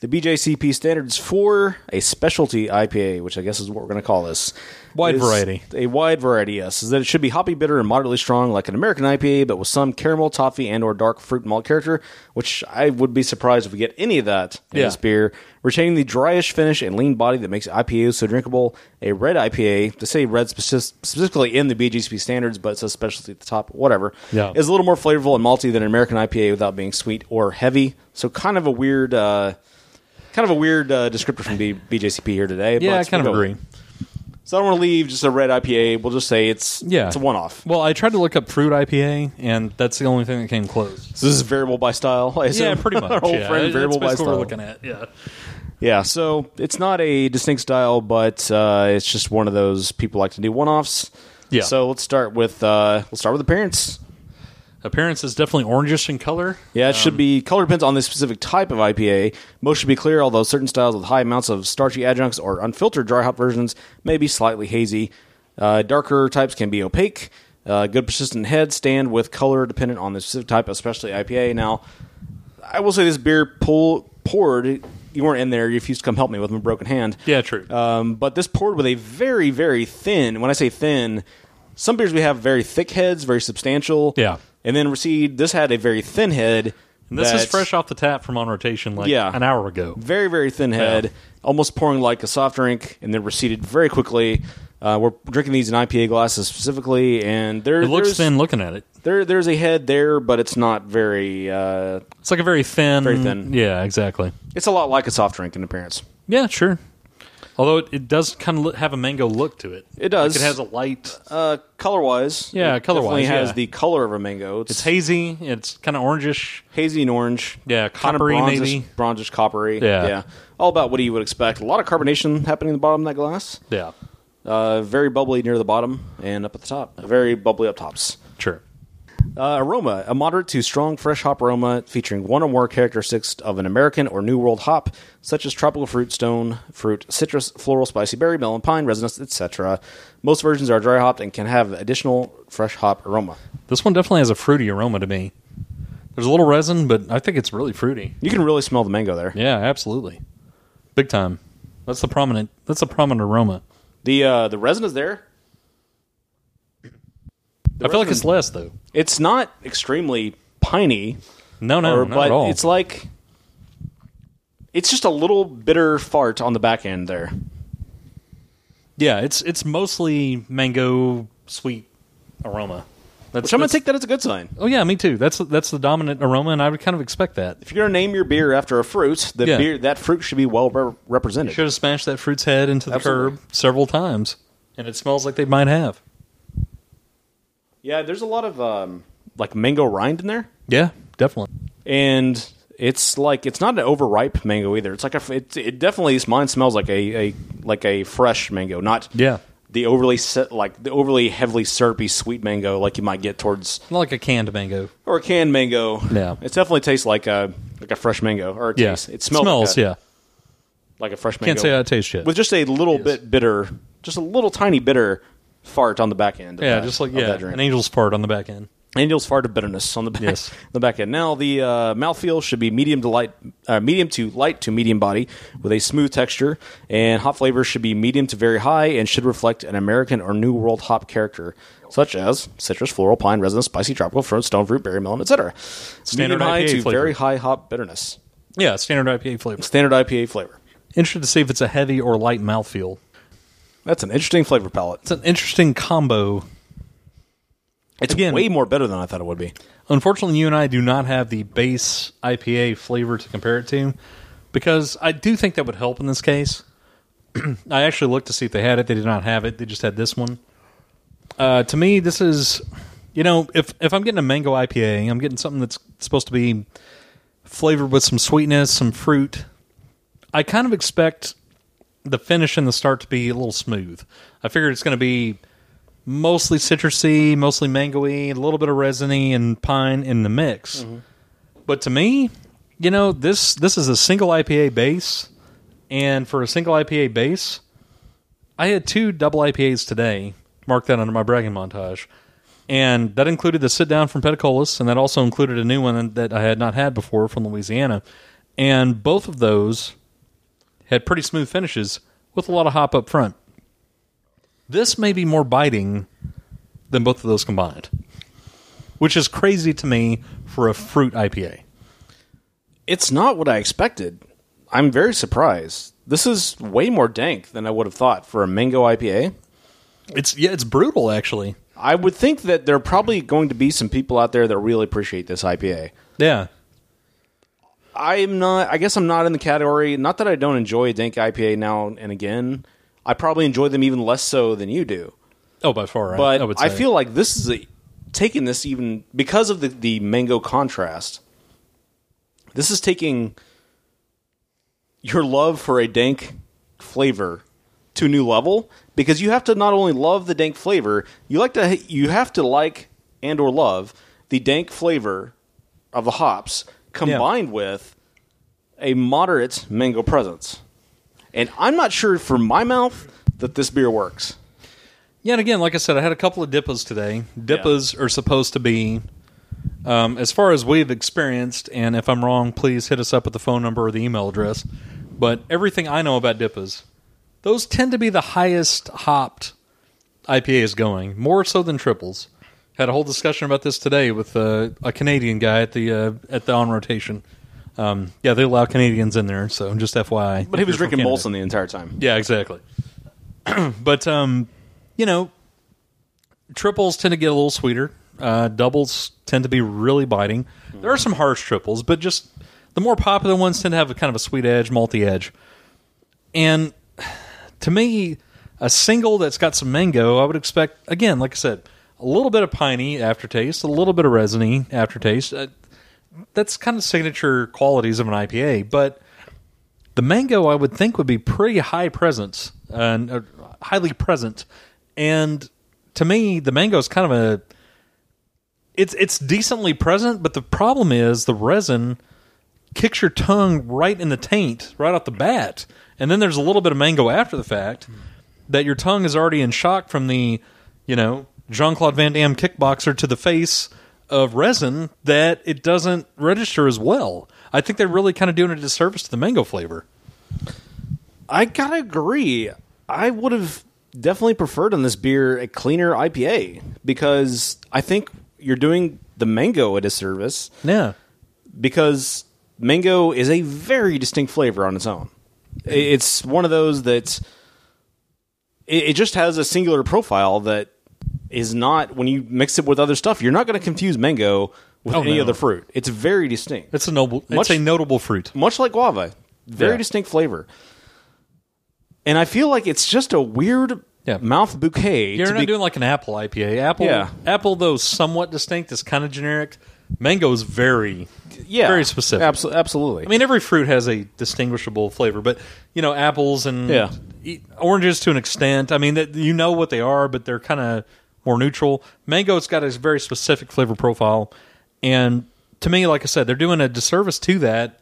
[SPEAKER 2] The BJCP standards for a specialty IPA, which I guess is what we're going to call this.
[SPEAKER 3] Wide
[SPEAKER 2] is
[SPEAKER 3] variety.
[SPEAKER 2] A wide variety, yes. Is that it should be hoppy, bitter, and moderately strong, like an American IPA, but with some caramel, toffee, and or dark fruit malt character, which I would be surprised if we get any of that in
[SPEAKER 3] Yeah.
[SPEAKER 2] this beer. Retaining the dryish finish and lean body that makes IPAs so drinkable. A red IPA, to say red speci- specifically in the BJCP standards, but it says specialty at the top, whatever,
[SPEAKER 3] Yeah.
[SPEAKER 2] is a little more flavorful and malty than an American IPA without being sweet or heavy. So kind of a weird... Uh, Kind of a weird uh, descriptor from B- BJCP here today. but
[SPEAKER 3] Yeah, I kind
[SPEAKER 2] we'll
[SPEAKER 3] of
[SPEAKER 2] go-
[SPEAKER 3] agree.
[SPEAKER 2] So I don't want to leave just a red IPA. We'll just say it's
[SPEAKER 3] Yeah.
[SPEAKER 2] it's a one off.
[SPEAKER 3] Well, I tried to look up fruit IPA, and that's the only thing that came close.
[SPEAKER 2] So this is variable by style. I assume.
[SPEAKER 3] Yeah, pretty
[SPEAKER 2] Our
[SPEAKER 3] much.
[SPEAKER 2] old
[SPEAKER 3] yeah.
[SPEAKER 2] friend,
[SPEAKER 3] That's
[SPEAKER 2] variable by
[SPEAKER 3] basically what
[SPEAKER 2] style.
[SPEAKER 3] we're looking at. Yeah.
[SPEAKER 2] Yeah, so it's not a distinct style, but uh, it's just one of those people like to do one offs.
[SPEAKER 3] Yeah.
[SPEAKER 2] So let's start with uh, let's start with appearance.
[SPEAKER 3] Appearance is definitely orangish in color.
[SPEAKER 2] Yeah, it should be color depends on the specific type of IPA. Most should be clear, although certain styles with high amounts of starchy adjuncts or unfiltered dry hop versions may be slightly hazy. Uh, darker types can be opaque. Uh, good persistent head stand with color dependent on the specific type, especially IPA. Now, I will say this beer pull, poured. You weren't in there. You refused to come help me with my broken hand.
[SPEAKER 3] Yeah, true.
[SPEAKER 2] Um, but this poured with a very, very thin. When I say thin, some beers we have very thick heads, very substantial.
[SPEAKER 3] Yeah.
[SPEAKER 2] And then recede. This had a very thin head.
[SPEAKER 3] And this is
[SPEAKER 2] that's
[SPEAKER 3] fresh off the tap from on rotation, like
[SPEAKER 2] Yeah.
[SPEAKER 3] an hour ago.
[SPEAKER 2] Very, very thin head,
[SPEAKER 3] Yeah.
[SPEAKER 2] almost pouring like a soft drink, and then receded very quickly. Uh, we're drinking these in IPA glasses specifically, and there,
[SPEAKER 3] It looks
[SPEAKER 2] there's,
[SPEAKER 3] thin looking at it.
[SPEAKER 2] There, there's a head there, but it's not very. Uh,
[SPEAKER 3] It's like a very thin.
[SPEAKER 2] Very thin.
[SPEAKER 3] Yeah, exactly.
[SPEAKER 2] it's a lot like a soft drink in appearance.
[SPEAKER 3] Yeah, sure. Although it, it does kind of have a mango look to it.
[SPEAKER 2] It does.
[SPEAKER 3] Like it has a light.
[SPEAKER 2] Uh, color wise,
[SPEAKER 3] Yeah, color-wise,
[SPEAKER 2] has
[SPEAKER 3] yeah.
[SPEAKER 2] the color of a mango.
[SPEAKER 3] It's hazy. It's kind of orangish.
[SPEAKER 2] hazy and orange.
[SPEAKER 3] Yeah,
[SPEAKER 2] Kinda
[SPEAKER 3] coppery
[SPEAKER 2] bronzish,
[SPEAKER 3] maybe.
[SPEAKER 2] bronzish coppery.
[SPEAKER 3] Yeah.
[SPEAKER 2] all about what you would expect. A lot of carbonation happening in the bottom of that glass.
[SPEAKER 3] Yeah,
[SPEAKER 2] Uh, very bubbly near the bottom and up at the top. Very bubbly up tops.
[SPEAKER 3] sure.
[SPEAKER 2] Uh, aroma: a moderate to strong fresh hop aroma featuring one or more characteristics of an American or New World hop, such as tropical fruit, stone fruit, citrus, floral, spicy berry, melon, pine, resinous, etc. Most versions are dry hopped and can have additional fresh hop aroma.
[SPEAKER 3] This one definitely has a fruity aroma to me. There's a little resin, but I think it's really fruity.
[SPEAKER 2] You can really smell the mango there.
[SPEAKER 3] Yeah, absolutely. Big time. That's the prominent. That's a prominent aroma.
[SPEAKER 2] The uh, the resin is there.
[SPEAKER 3] I feel like
[SPEAKER 2] resin-
[SPEAKER 3] it's less though.
[SPEAKER 2] It's not extremely piney,
[SPEAKER 3] No, no,
[SPEAKER 2] or,
[SPEAKER 3] not
[SPEAKER 2] but
[SPEAKER 3] at all.
[SPEAKER 2] it's like it's just a little bitter fart on the back end there.
[SPEAKER 3] yeah, it's it's mostly mango sweet aroma. That's,
[SPEAKER 2] Which I'm gonna
[SPEAKER 3] that's-
[SPEAKER 2] take that as a good sign.
[SPEAKER 3] Oh yeah, me too. That's that's the dominant aroma, and I would kind of expect that.
[SPEAKER 2] If you're gonna name your beer after a fruit, the
[SPEAKER 3] Yeah.
[SPEAKER 2] beer that fruit should be well re- represented.
[SPEAKER 3] Should have smashed that fruit's head into the
[SPEAKER 2] Absolutely.
[SPEAKER 3] curb several times, and it smells like they might have.
[SPEAKER 2] Yeah, there's a lot of um, like mango rind in there,
[SPEAKER 3] Yeah, definitely.
[SPEAKER 2] and it's like it's not an overripe mango either. It's like a f- it, it definitely mine smells like a, a like a fresh mango, not
[SPEAKER 3] Yeah.
[SPEAKER 2] the overly se- like the overly heavily syrupy sweet mango like you might get towards
[SPEAKER 3] Not like a canned mango.
[SPEAKER 2] or a canned mango.
[SPEAKER 3] Yeah.
[SPEAKER 2] it definitely tastes like a like a fresh mango or it
[SPEAKER 3] Yeah.
[SPEAKER 2] tastes, it smells,
[SPEAKER 3] smells
[SPEAKER 2] like a,
[SPEAKER 3] yeah.
[SPEAKER 2] like a fresh mango.
[SPEAKER 3] Can't say I taste yet.
[SPEAKER 2] with just a little
[SPEAKER 3] Yes.
[SPEAKER 2] bit bitter, just a little tiny bitter fart on the back end. Of
[SPEAKER 3] yeah,
[SPEAKER 2] that-
[SPEAKER 3] just like
[SPEAKER 2] of
[SPEAKER 3] yeah,
[SPEAKER 2] that drink.
[SPEAKER 3] an angel's part on the back end.
[SPEAKER 2] Angel's fart of bitterness on the back,
[SPEAKER 3] Yes.
[SPEAKER 2] the back end. Now the uh, mouthfeel should be medium to light, uh, medium to light to medium body with a smooth texture, and hop flavor should be medium to very high and should reflect an American or New World hop character, such as citrus, floral, pine, resin, spicy, tropical, fruit, stone fruit, berry, melon, etc. medium
[SPEAKER 3] Standard
[SPEAKER 2] high
[SPEAKER 3] IPA
[SPEAKER 2] to
[SPEAKER 3] flavor.
[SPEAKER 2] very high hop bitterness.
[SPEAKER 3] Yeah, standard IPA flavor.
[SPEAKER 2] Standard IPA flavor.
[SPEAKER 3] Interested to see if it's a heavy or light mouthfeel.
[SPEAKER 2] That's an interesting flavor palette.
[SPEAKER 3] It's an interesting combo.
[SPEAKER 2] It's
[SPEAKER 3] Again-
[SPEAKER 2] way more better than I thought it would be.
[SPEAKER 3] Unfortunately, you and I do not have the base IPA flavor to compare it to because I do think that would help in this case. I actually looked to see if they had it. They did not have it. They just had this one. Uh, to me, this is, you know, if if I'm getting a mango IPA, I'm getting something that's supposed to be flavored with some sweetness, some fruit. I kind of expect the finish and the start to be a little smooth. I figured it's going to be mostly citrusy, mostly mangoey, a little bit of resiny and pine in the mix. But to me, you know, this this is a single IPA base, and for a single IPA base, I had two double IPAs today. Mark that under my bragging montage. And that included the sit down from Pedicolis, and that also included a new one that I had not had before from Louisiana. And both of those had pretty smooth finishes with a lot of hop up front. This may be more biting than both of those combined, which is crazy to me for a fruit IPA.
[SPEAKER 2] it's not what I expected. I'm very surprised. This is way more dank than I would have thought for a mango IPA.
[SPEAKER 3] It's yeah, it's brutal actually.
[SPEAKER 2] I would think that there are probably going to be some people out there that really appreciate this IPA.
[SPEAKER 3] Yeah,
[SPEAKER 2] I'm not I guess I'm not in the category. Not that I don't enjoy a dank IPA now and again. I probably enjoy them even less so than you do.
[SPEAKER 3] oh by far, right?
[SPEAKER 2] But
[SPEAKER 3] I, would
[SPEAKER 2] I
[SPEAKER 3] say.
[SPEAKER 2] feel like this is a, taking this even because of the, the mango contrast. This is taking your love for a dank flavor to a new level because you have to not only love the dank flavor, you like to you have to like and or love the dank flavor of the hops combined with a moderate mango presence. And I'm not sure for my mouth that this beer works.
[SPEAKER 3] Yeah, and again, like I said, I had a couple of dippas today. Dippas are supposed to be, um, as far as we've experienced, and if I'm wrong, please hit us up with the phone number or the email address. But everything I know about dippas, those tend to be the highest hopped IPAs going, more so than triples. Had a whole discussion about this today with uh, a Canadian guy at the uh, at the on rotation. Um, yeah, they allow Canadians in there, so just FYI.
[SPEAKER 2] But he
[SPEAKER 3] if
[SPEAKER 2] was
[SPEAKER 3] you're from
[SPEAKER 2] drinking
[SPEAKER 3] Canada.
[SPEAKER 2] Molson the entire time.
[SPEAKER 3] Yeah, exactly. but um, you know, triples tend to get a little sweeter. Uh, doubles tend to be really biting. There are some harsh triples, but just the more popular ones tend to have a kind of a sweet edge, malty edge. And to me, a single that's got some mango, I would expect again, like I said, a little bit of piney aftertaste, a little bit of resiny aftertaste. Uh, that's kind of signature qualities of an IPA, but the mango I would think would be pretty high presence and uh, highly present. And to me, the mango is kind of a it's it's decently present, but the problem is the resin kicks your tongue right in the taint right off the bat, and then there's a little bit of mango after the fact that your tongue is already in shock from the you know Jean Claude Van Damme kickboxer to the face of resin that it doesn't register as well. I think they're really kind of doing a disservice to the mango flavor.
[SPEAKER 2] I gotta agree. I would have definitely preferred on this beer a cleaner IPA because I think you're doing the mango a disservice
[SPEAKER 3] Yeah,
[SPEAKER 2] because mango is a very distinct flavor on its own. I- It's one of those that's it, it just has a singular profile that is not when you mix it with other stuff. You're not going to confuse mango with
[SPEAKER 3] Oh,
[SPEAKER 2] any
[SPEAKER 3] no.
[SPEAKER 2] other fruit. It's very distinct.
[SPEAKER 3] it's a noble,
[SPEAKER 2] Much-
[SPEAKER 3] it's a notable fruit.
[SPEAKER 2] much like guava, very
[SPEAKER 3] Yeah.
[SPEAKER 2] distinct flavor. And I feel like it's just a weird
[SPEAKER 3] Yeah.
[SPEAKER 2] mouth bouquet.
[SPEAKER 3] You're
[SPEAKER 2] to
[SPEAKER 3] not
[SPEAKER 2] be-
[SPEAKER 3] doing like an apple IPA. Apple,
[SPEAKER 2] Yeah.
[SPEAKER 3] apple though somewhat distinct is kind of generic. Mango is very
[SPEAKER 2] yeah,
[SPEAKER 3] very specific.
[SPEAKER 2] abso- absolutely.
[SPEAKER 3] I mean, every fruit has a distinguishable flavor, but you know, apples and e,
[SPEAKER 2] Yeah.
[SPEAKER 3] oranges to an extent. I mean, that you know what they are, but they're kind of more neutral. Mango's got a very specific flavor profile, and to me, like I said, they're doing a disservice to that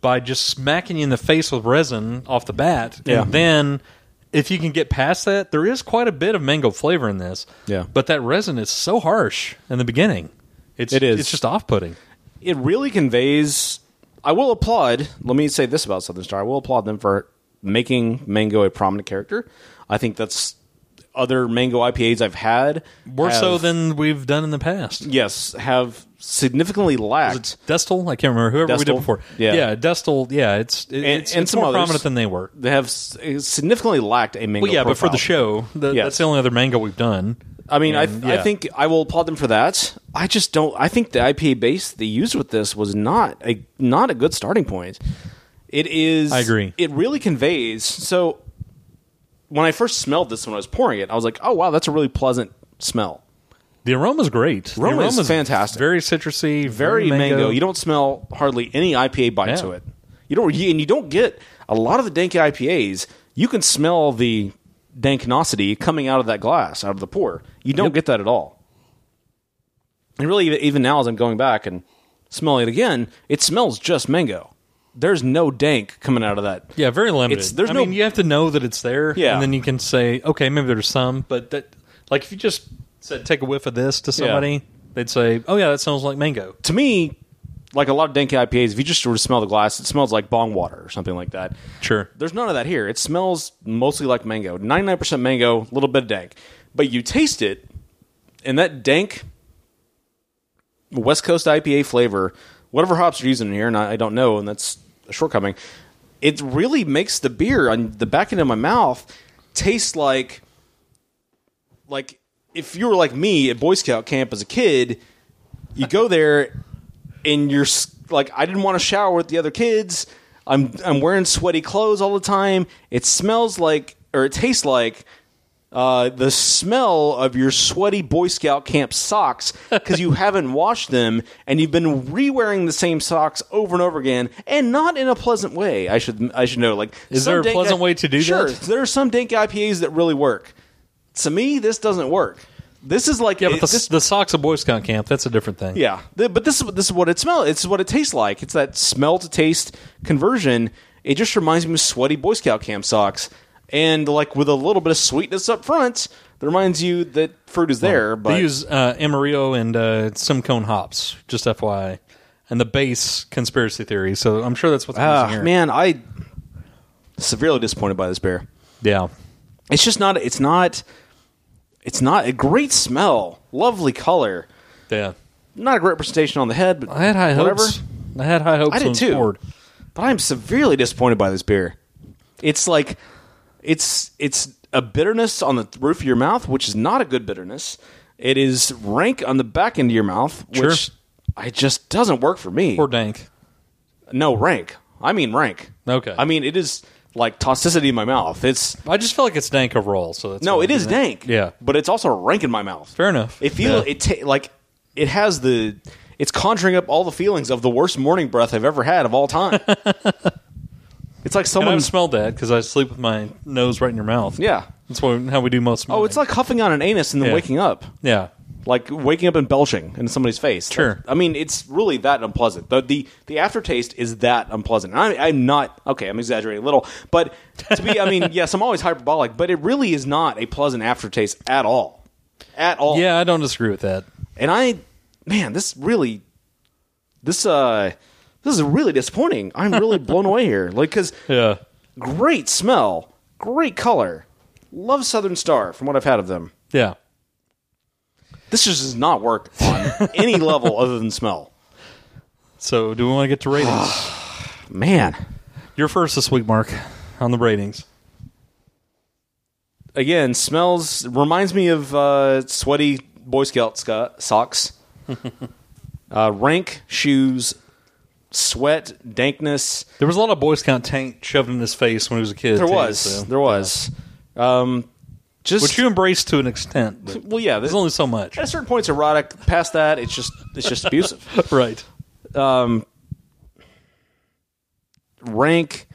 [SPEAKER 3] by just smacking you in the face with resin off the bat.
[SPEAKER 2] Yeah.
[SPEAKER 3] And then if you can get past that, there is quite a bit of mango flavor in this.
[SPEAKER 2] Yeah.
[SPEAKER 3] But that resin is so harsh in the beginning. It's,
[SPEAKER 2] It is.
[SPEAKER 3] It's just off-putting.
[SPEAKER 2] it really conveys. I will applaud. Let me say this about Southern Star. I will applaud them for making Mango a prominent character. I think that's other Mango IPAs I've had
[SPEAKER 3] More so
[SPEAKER 2] have-
[SPEAKER 3] than we've done in the past.
[SPEAKER 2] yes have significantly lacked.
[SPEAKER 3] Destel, I can't remember whoever we did
[SPEAKER 2] Destel,
[SPEAKER 3] before.
[SPEAKER 2] yeah.
[SPEAKER 3] Destel. Yeah, it's it, it's,
[SPEAKER 2] and
[SPEAKER 3] it's
[SPEAKER 2] some
[SPEAKER 3] more
[SPEAKER 2] others.
[SPEAKER 3] prominent than they were.
[SPEAKER 2] They have s- significantly lacked a Mango.
[SPEAKER 3] Well, yeah, but for
[SPEAKER 2] profile.
[SPEAKER 3] the show, the,
[SPEAKER 2] Yes.
[SPEAKER 3] that's the only other manga we've done.
[SPEAKER 2] I mean, I,
[SPEAKER 3] And,
[SPEAKER 2] I
[SPEAKER 3] yeah.
[SPEAKER 2] think I will applaud them for that. I just don't. I think the IPA base they used with this was not a not a good starting point. It is.
[SPEAKER 3] I agree.
[SPEAKER 2] It really conveys. So when I first smelled this when I was pouring it, I was like, "Oh wow, that's a really pleasant smell.
[SPEAKER 3] The aroma's great.
[SPEAKER 2] Aroma is
[SPEAKER 3] the aroma's
[SPEAKER 2] fantastic.
[SPEAKER 3] Very citrusy, very,
[SPEAKER 2] Very mango. You don't smell hardly any IPA bite
[SPEAKER 3] Yeah.
[SPEAKER 2] to it. You don't, you, and you don't get a lot of the dank IPAs. You can smell the danknosity coming out of that glass, out of the pour. You don't get that at all. And really, even- even now as I'm going back and smelling it again, it smells just mango. There's no dank coming out of that.
[SPEAKER 3] yeah, very limited.
[SPEAKER 2] It's- there's
[SPEAKER 3] I
[SPEAKER 2] no-
[SPEAKER 3] mean, you have to know that it's there,
[SPEAKER 2] Yeah.
[SPEAKER 3] and then you can say, okay, maybe there's some, but that, like, if you just said take a whiff of this to somebody, they'd say, oh yeah, that sounds like mango.
[SPEAKER 2] to me, like a lot of dank IPAs, if you just were to smell the glass, it smells like bong water or something like that.
[SPEAKER 3] Sure.
[SPEAKER 2] There's none of that here. It smells mostly like mango. 99% mango, a little bit of dank. But you taste it, and that dank West Coast IPA flavor, whatever hops are using in here, and I, I don't know, and that's a shortcoming, it really makes the beer on the back end of my mouth taste like like if you were like me at Boy Scout camp as a kid, you go there and you're s- like, I didn't want to shower with the other kids. I'm I'm wearing sweaty clothes all the time. It smells like or it tastes like uh, the smell of your sweaty Boy Scout camp socks because you haven't washed them and you've been re-wearing the same socks over and over again, and not in a pleasant way. I should I should know. Like,
[SPEAKER 3] Is
[SPEAKER 2] some
[SPEAKER 3] there a
[SPEAKER 2] dank
[SPEAKER 3] pleasant
[SPEAKER 2] I-
[SPEAKER 3] way to do
[SPEAKER 2] sure,
[SPEAKER 3] that?
[SPEAKER 2] There are some dank IPAs that really work. To me, this doesn't work. This is like
[SPEAKER 3] Yeah, but
[SPEAKER 2] it-
[SPEAKER 3] the,
[SPEAKER 2] this-
[SPEAKER 3] the socks of Boy Scout camp, that's a different thing.
[SPEAKER 2] yeah, Th- but this is what- this is what it smells. It's what it tastes like. It's that smell to taste conversion. It just reminds me of sweaty Boy Scout camp socks, and like with a little bit of sweetness up front, that reminds you that fruit is there. But
[SPEAKER 3] They use uh, Amarillo and uh, some cone hops, just FYI. And the base conspiracy theory. So I'm sure that's what's
[SPEAKER 2] Ah,
[SPEAKER 3] missing here.
[SPEAKER 2] man, I severely disappointed by this beer.
[SPEAKER 3] Yeah.
[SPEAKER 2] It's just not. It's not. It's not a great smell. Lovely color.
[SPEAKER 3] Yeah.
[SPEAKER 2] Not a great presentation on the head, but
[SPEAKER 3] I had high
[SPEAKER 2] whatever.
[SPEAKER 3] hopes. I had high hopes
[SPEAKER 2] I
[SPEAKER 3] on
[SPEAKER 2] did too.
[SPEAKER 3] Ford.
[SPEAKER 2] But I'm severely disappointed by this beer. It's like it's it's a bitterness on the roof of your mouth, which is not a good bitterness. It is rank on the back end of your mouth,
[SPEAKER 3] Sure.
[SPEAKER 2] which I just doesn't work for me.
[SPEAKER 3] Or dank.
[SPEAKER 2] no rank. I mean rank.
[SPEAKER 3] Okay.
[SPEAKER 2] I mean it is like toxicity in my mouth. It's
[SPEAKER 3] I just feel like it's dank overall. So that's
[SPEAKER 2] no,
[SPEAKER 3] why I
[SPEAKER 2] it
[SPEAKER 3] did
[SPEAKER 2] is
[SPEAKER 3] that.
[SPEAKER 2] dank.
[SPEAKER 3] Yeah.
[SPEAKER 2] but it's also rank in my mouth.
[SPEAKER 3] Fair enough.
[SPEAKER 2] It feel
[SPEAKER 3] Yeah.
[SPEAKER 2] it ta- like it has the it's conjuring up all the feelings of the worst morning breath I've ever had of all time. it's like
[SPEAKER 3] And
[SPEAKER 2] someone
[SPEAKER 3] I've smelled that because I sleep with my nose right in your mouth.
[SPEAKER 2] Yeah.
[SPEAKER 3] That's what, how we do most. of
[SPEAKER 2] Oh,
[SPEAKER 3] mine.
[SPEAKER 2] it's like huffing on an anus and then
[SPEAKER 3] Yeah.
[SPEAKER 2] waking up.
[SPEAKER 3] yeah.
[SPEAKER 2] Like waking up and belching in somebody's face.
[SPEAKER 3] Sure.
[SPEAKER 2] That- I mean, it's really that unpleasant. The the, the aftertaste is that unpleasant. And I, I'm not okay. I'm exaggerating a little, but to be, I mean, yes, I'm always hyperbolic, but it really is not a pleasant aftertaste at all, at all.
[SPEAKER 3] Yeah, I don't disagree with that.
[SPEAKER 2] And I, man, this really, this uh, this is really disappointing. I'm really blown away here. Like, because
[SPEAKER 3] Yeah.
[SPEAKER 2] great smell, great color, love Southern Star from what I've had of them.
[SPEAKER 3] Yeah.
[SPEAKER 2] This just does not work on any level other than smell.
[SPEAKER 3] So do we want to get to ratings?
[SPEAKER 2] Man,
[SPEAKER 3] You're first this week, Mark, on the ratings.
[SPEAKER 2] again, smells reminds me of uh, sweaty Boy Scout sco- socks, uh, rank shoes, sweat, dankness.
[SPEAKER 3] There was a lot of Boy Scout tank shoved in his face when he was a kid.
[SPEAKER 2] There
[SPEAKER 3] too,
[SPEAKER 2] was,
[SPEAKER 3] so-
[SPEAKER 2] there was, um, just
[SPEAKER 3] which you embrace to an extent. But
[SPEAKER 2] well, yeah.
[SPEAKER 3] there's
[SPEAKER 2] There's
[SPEAKER 3] only so much,
[SPEAKER 2] at a certain point, it's erotic. Past that, it's just it's just abusive.
[SPEAKER 3] right?
[SPEAKER 2] rank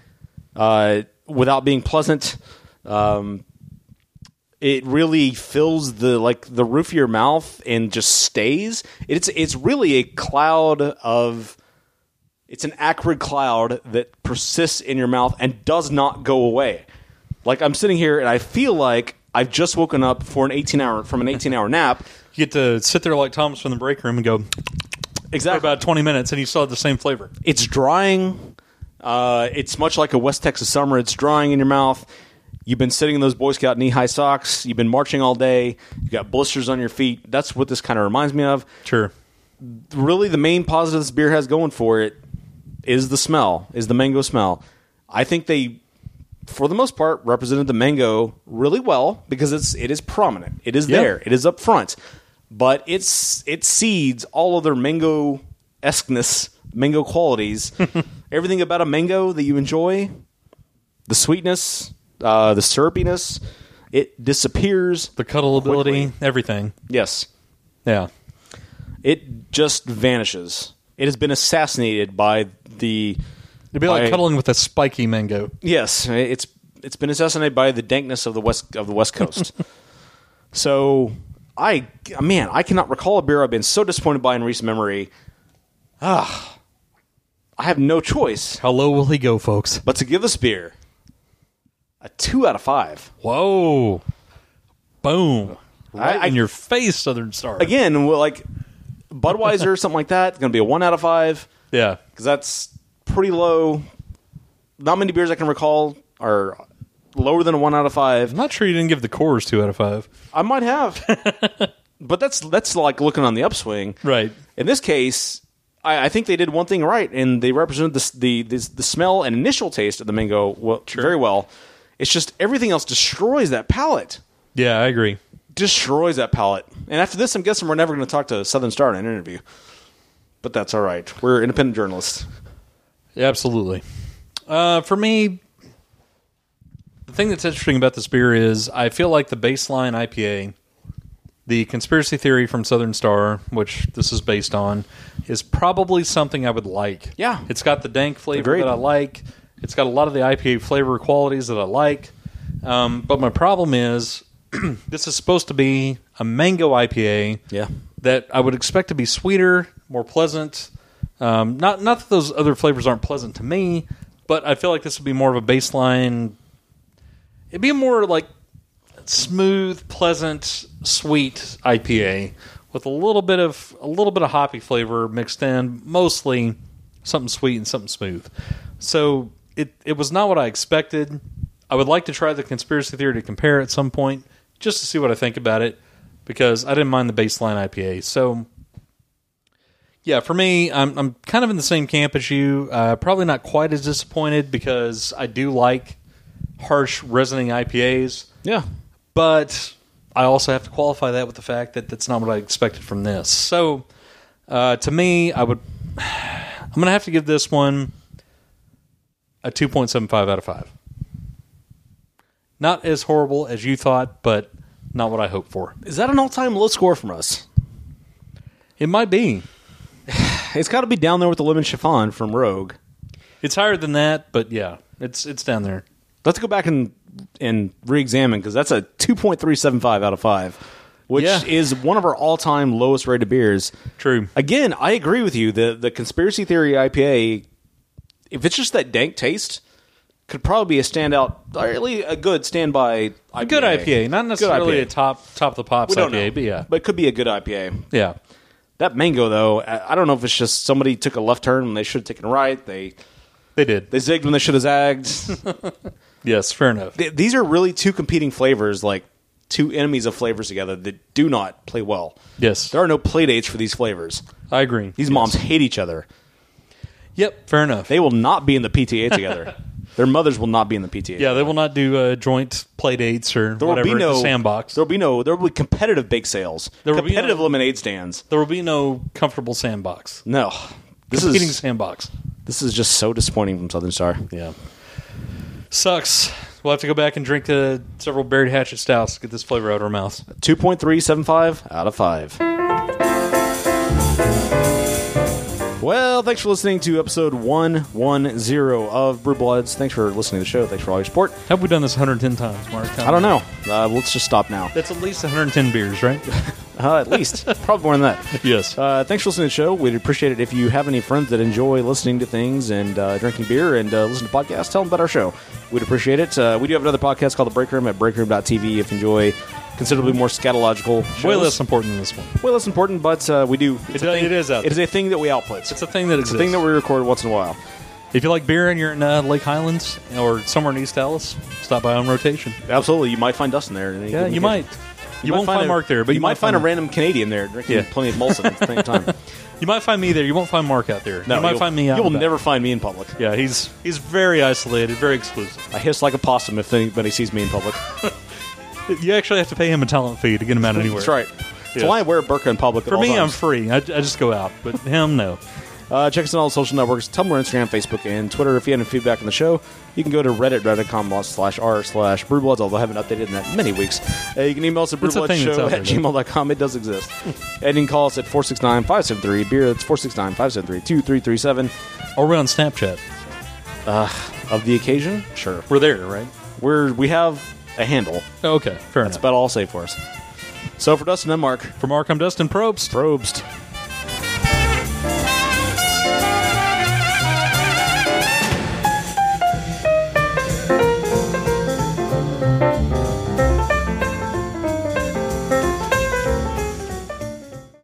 [SPEAKER 2] uh, without being pleasant. it really fills the like the roof of your mouth and just stays. It's it's really a cloud of it's an acrid cloud that persists in your mouth and does not go away. Like I'm sitting here and I feel like I've just woken up for an 18 hour from an 18 hour nap.
[SPEAKER 3] You get to sit there like Thomas from the break room and go for
[SPEAKER 2] Exactly.
[SPEAKER 3] about 20 minutes and you still have the same flavor.
[SPEAKER 2] it's drying. Uh, it's much like a West Texas summer. It's drying in your mouth. You've been sitting in those Boy Scout knee high socks. You've been marching all day. You got blisters on your feet. That's what this kind of reminds me of.
[SPEAKER 3] Sure.
[SPEAKER 2] Really, the main positive this beer has going for it is the smell, is the mango smell. I think they, for the most part, represented the mango really well because it's it is prominent. It is
[SPEAKER 3] Yeah.
[SPEAKER 2] there. It is up front. But it's it seeds all other mango esqueness, mango qualities. Everything about a mango that you enjoy, the sweetness, uh, the syrupiness, it disappears.
[SPEAKER 3] The cuddle ability,
[SPEAKER 2] Quickly.
[SPEAKER 3] everything.
[SPEAKER 2] Yes,
[SPEAKER 3] Yeah.
[SPEAKER 2] it just vanishes. It has been assassinated by the.
[SPEAKER 3] It'd be like
[SPEAKER 2] by-
[SPEAKER 3] cuddling with a spiky mango.
[SPEAKER 2] Yes, it's it's been assassinated by the dankness of the west of the West Coast. so, I man, I cannot recall a beer I've been so disappointed by in recent memory. Ah, I have no choice
[SPEAKER 3] How low will he go, folks?
[SPEAKER 2] but to give this beer a two out of five.
[SPEAKER 3] Whoa. Boom. Right
[SPEAKER 2] I-
[SPEAKER 3] in your face, Southern Star.
[SPEAKER 2] Again, well, like Budweiser or something like that, going to be a one out of five
[SPEAKER 3] Yeah.
[SPEAKER 2] because that's pretty low. Not many beers I can recall are lower than a one out of five.
[SPEAKER 3] I'm not sure you didn't give the cores two out of five.
[SPEAKER 2] I might have. but that's that's like looking on the upswing.
[SPEAKER 3] Right.
[SPEAKER 2] In this case, I, I think they did one thing right, and they represented the s- the the, the smell and initial taste of the mango well, very well. It's just everything else destroys that palate.
[SPEAKER 3] Yeah, I agree.
[SPEAKER 2] Destroys that palate. And after this, I'm guessing we're never going to talk to Southern Star in an interview. But that's all right. We're independent journalists.
[SPEAKER 3] Absolutely. Uh, for me, the thing that's interesting about this beer is I feel like the baseline IPA, the conspiracy theory from Southern Star, which this is based on, is probably something I would like.
[SPEAKER 2] Yeah.
[SPEAKER 3] It's got the dank flavor
[SPEAKER 2] Agreed.
[SPEAKER 3] that I like, it's got a lot of the IPA flavor qualities that I like. Um, but my problem is this is supposed to be a mango IPA
[SPEAKER 2] Yeah.
[SPEAKER 3] that I would expect to be sweeter, more pleasant. Um, not not that those other flavors aren't pleasant to me, but I feel like this would be more of a baseline. It'd be a more like smooth, pleasant, sweet IPA with a little bit of a little bit of hoppy flavor mixed in, mostly something sweet and something smooth. So it it was not what I expected. I would like to try the conspiracy theory to compare at some point just to see what I think about it because I didn't mind the baseline IPA. So yeah, for me, I'm I'm kind of in the same camp as you. Uh, probably not quite as disappointed because I do like harsh resonating IPAs
[SPEAKER 2] Yeah.
[SPEAKER 3] but I also have to qualify that with the fact that that's not what I expected from this. So, uh, to me, I would I'm going to have to give this one a 2.75 out of 5. Not as horrible as you thought, but not what I hoped for.
[SPEAKER 2] Is that an all time low score from us?
[SPEAKER 3] It might be.
[SPEAKER 2] It's got to be down there with the lemon chiffon from Rogue.
[SPEAKER 3] It's higher than that, but yeah, it's it's down there.
[SPEAKER 2] Let's go back and and re-examine because that's a 2.375 out of five, which
[SPEAKER 3] Yeah.
[SPEAKER 2] is one of our all-time lowest rated beers.
[SPEAKER 3] True.
[SPEAKER 2] Again, I agree with you. The the conspiracy theory IPA, if it's just that dank taste, could probably be a standout, or at least a good standby. IPA.
[SPEAKER 3] A good IPA, not necessarily
[SPEAKER 2] IPA.
[SPEAKER 3] a top top of the pops
[SPEAKER 2] We don't
[SPEAKER 3] IPA,
[SPEAKER 2] know,
[SPEAKER 3] but yeah.
[SPEAKER 2] but it could be a good IPA.
[SPEAKER 3] yeah.
[SPEAKER 2] That mango though, I I don't know if it's just somebody took a left turn when they should have taken a right. They
[SPEAKER 3] They did.
[SPEAKER 2] they zigged when they should have zagged.
[SPEAKER 3] yes, fair enough.
[SPEAKER 2] th- these are really two competing flavors, like two enemies of flavors together that do not play well.
[SPEAKER 3] Yes.
[SPEAKER 2] There are no play dates for these flavors.
[SPEAKER 3] I agree.
[SPEAKER 2] These
[SPEAKER 3] Yes.
[SPEAKER 2] moms hate each other.
[SPEAKER 3] Yep, fair enough.
[SPEAKER 2] They will not be in the PTA together. Their mothers will not be in the PTA.
[SPEAKER 3] Yeah, they will not do uh, joint play dates or
[SPEAKER 2] There will
[SPEAKER 3] whatever
[SPEAKER 2] be
[SPEAKER 3] at
[SPEAKER 2] no
[SPEAKER 3] the sandbox.
[SPEAKER 2] There will be no. There will be competitive bake sales.
[SPEAKER 3] There will be
[SPEAKER 2] competitive
[SPEAKER 3] no-
[SPEAKER 2] lemonade stands.
[SPEAKER 3] There will be no comfortable sandbox.
[SPEAKER 2] No, this
[SPEAKER 3] Competing
[SPEAKER 2] is
[SPEAKER 3] sandbox.
[SPEAKER 2] this is just so disappointing from Southern Star.
[SPEAKER 3] Yeah. Sucks. We'll have to go back and drink uh, several buried hatchet stouts to get this flavor out of our mouths.
[SPEAKER 2] Two point three seven five out of five. Well, thanks for listening to episode 110 of Brew Bloods. Thanks for listening to the show. Thanks for all your support.
[SPEAKER 3] Have we done this 110 times, Mark?
[SPEAKER 2] I don't know. Uh, let's just stop now.
[SPEAKER 3] That's at least 110 beers, right?
[SPEAKER 2] Uh, at least. Probably more than that.
[SPEAKER 3] yes.
[SPEAKER 2] Uh, thanks for listening to the show. We'd appreciate it if you have any friends that enjoy listening to things and uh, drinking beer and uh, listen to podcasts. Tell them about our show. We'd appreciate it. Uh, we do have another podcast called The Break Room at breakroom.tv if you enjoy considerably more scatological shows.
[SPEAKER 3] Way less important than this one.
[SPEAKER 2] Way less important, but uh, we do. It's
[SPEAKER 3] It- it is out
[SPEAKER 2] It is
[SPEAKER 3] there.
[SPEAKER 2] a thing that we output.
[SPEAKER 3] It's a thing that
[SPEAKER 2] It's
[SPEAKER 3] exists.
[SPEAKER 2] a thing that we record once in a while.
[SPEAKER 3] if you like beer and you're in uh, Lake Highlands or somewhere in East Dallas, stop by on rotation.
[SPEAKER 2] Absolutely. You might find us in there.
[SPEAKER 3] Yeah, you might. You, won't find,
[SPEAKER 2] a-
[SPEAKER 3] Mark there, but
[SPEAKER 2] you, might find, a
[SPEAKER 3] me.
[SPEAKER 2] random Canadian there drinking
[SPEAKER 3] Yeah.
[SPEAKER 2] plenty of Molson at the same time.
[SPEAKER 3] You might find me there. You won't find Mark out there. you might
[SPEAKER 2] you'll-
[SPEAKER 3] find me out.
[SPEAKER 2] You will
[SPEAKER 3] and about.
[SPEAKER 2] never find me in public.
[SPEAKER 3] Yeah, he's he's very isolated, very exclusive.
[SPEAKER 2] I hiss like a possum if anybody sees me in public.
[SPEAKER 3] You actually have to pay him a talent fee to get him out anywhere.
[SPEAKER 2] That's right. That's
[SPEAKER 3] Yeah.
[SPEAKER 2] why I wear a burqa in public. at
[SPEAKER 3] For
[SPEAKER 2] all
[SPEAKER 3] me, I'm
[SPEAKER 2] times.
[SPEAKER 3] free. I, I just go out, but him, no.
[SPEAKER 2] Uh, check us on all the social networks: Tumblr, Instagram, Facebook, and Twitter. If you have any feedback on the show, you can go to Reddit, reddit.com slash r slash brewbloods. Although I haven't updated in that many weeks, uh, you can email us at
[SPEAKER 3] It's a thing that's out
[SPEAKER 2] brewbloodshow
[SPEAKER 3] there,
[SPEAKER 2] at
[SPEAKER 3] though.
[SPEAKER 2] gmail.com. It does exist, and you can call us at 469-573 beer. That's 469-573-2337
[SPEAKER 3] Or we're on Snapchat.
[SPEAKER 2] of the occasion. Sure,
[SPEAKER 3] We're there, right?
[SPEAKER 2] we're we have a handle.
[SPEAKER 3] Oh, Okay, fair
[SPEAKER 2] That's
[SPEAKER 3] enough.
[SPEAKER 2] about all I'll say for us. So for Dustin and Mark,
[SPEAKER 3] For Mark, I'm Dustin Probst.
[SPEAKER 2] probst.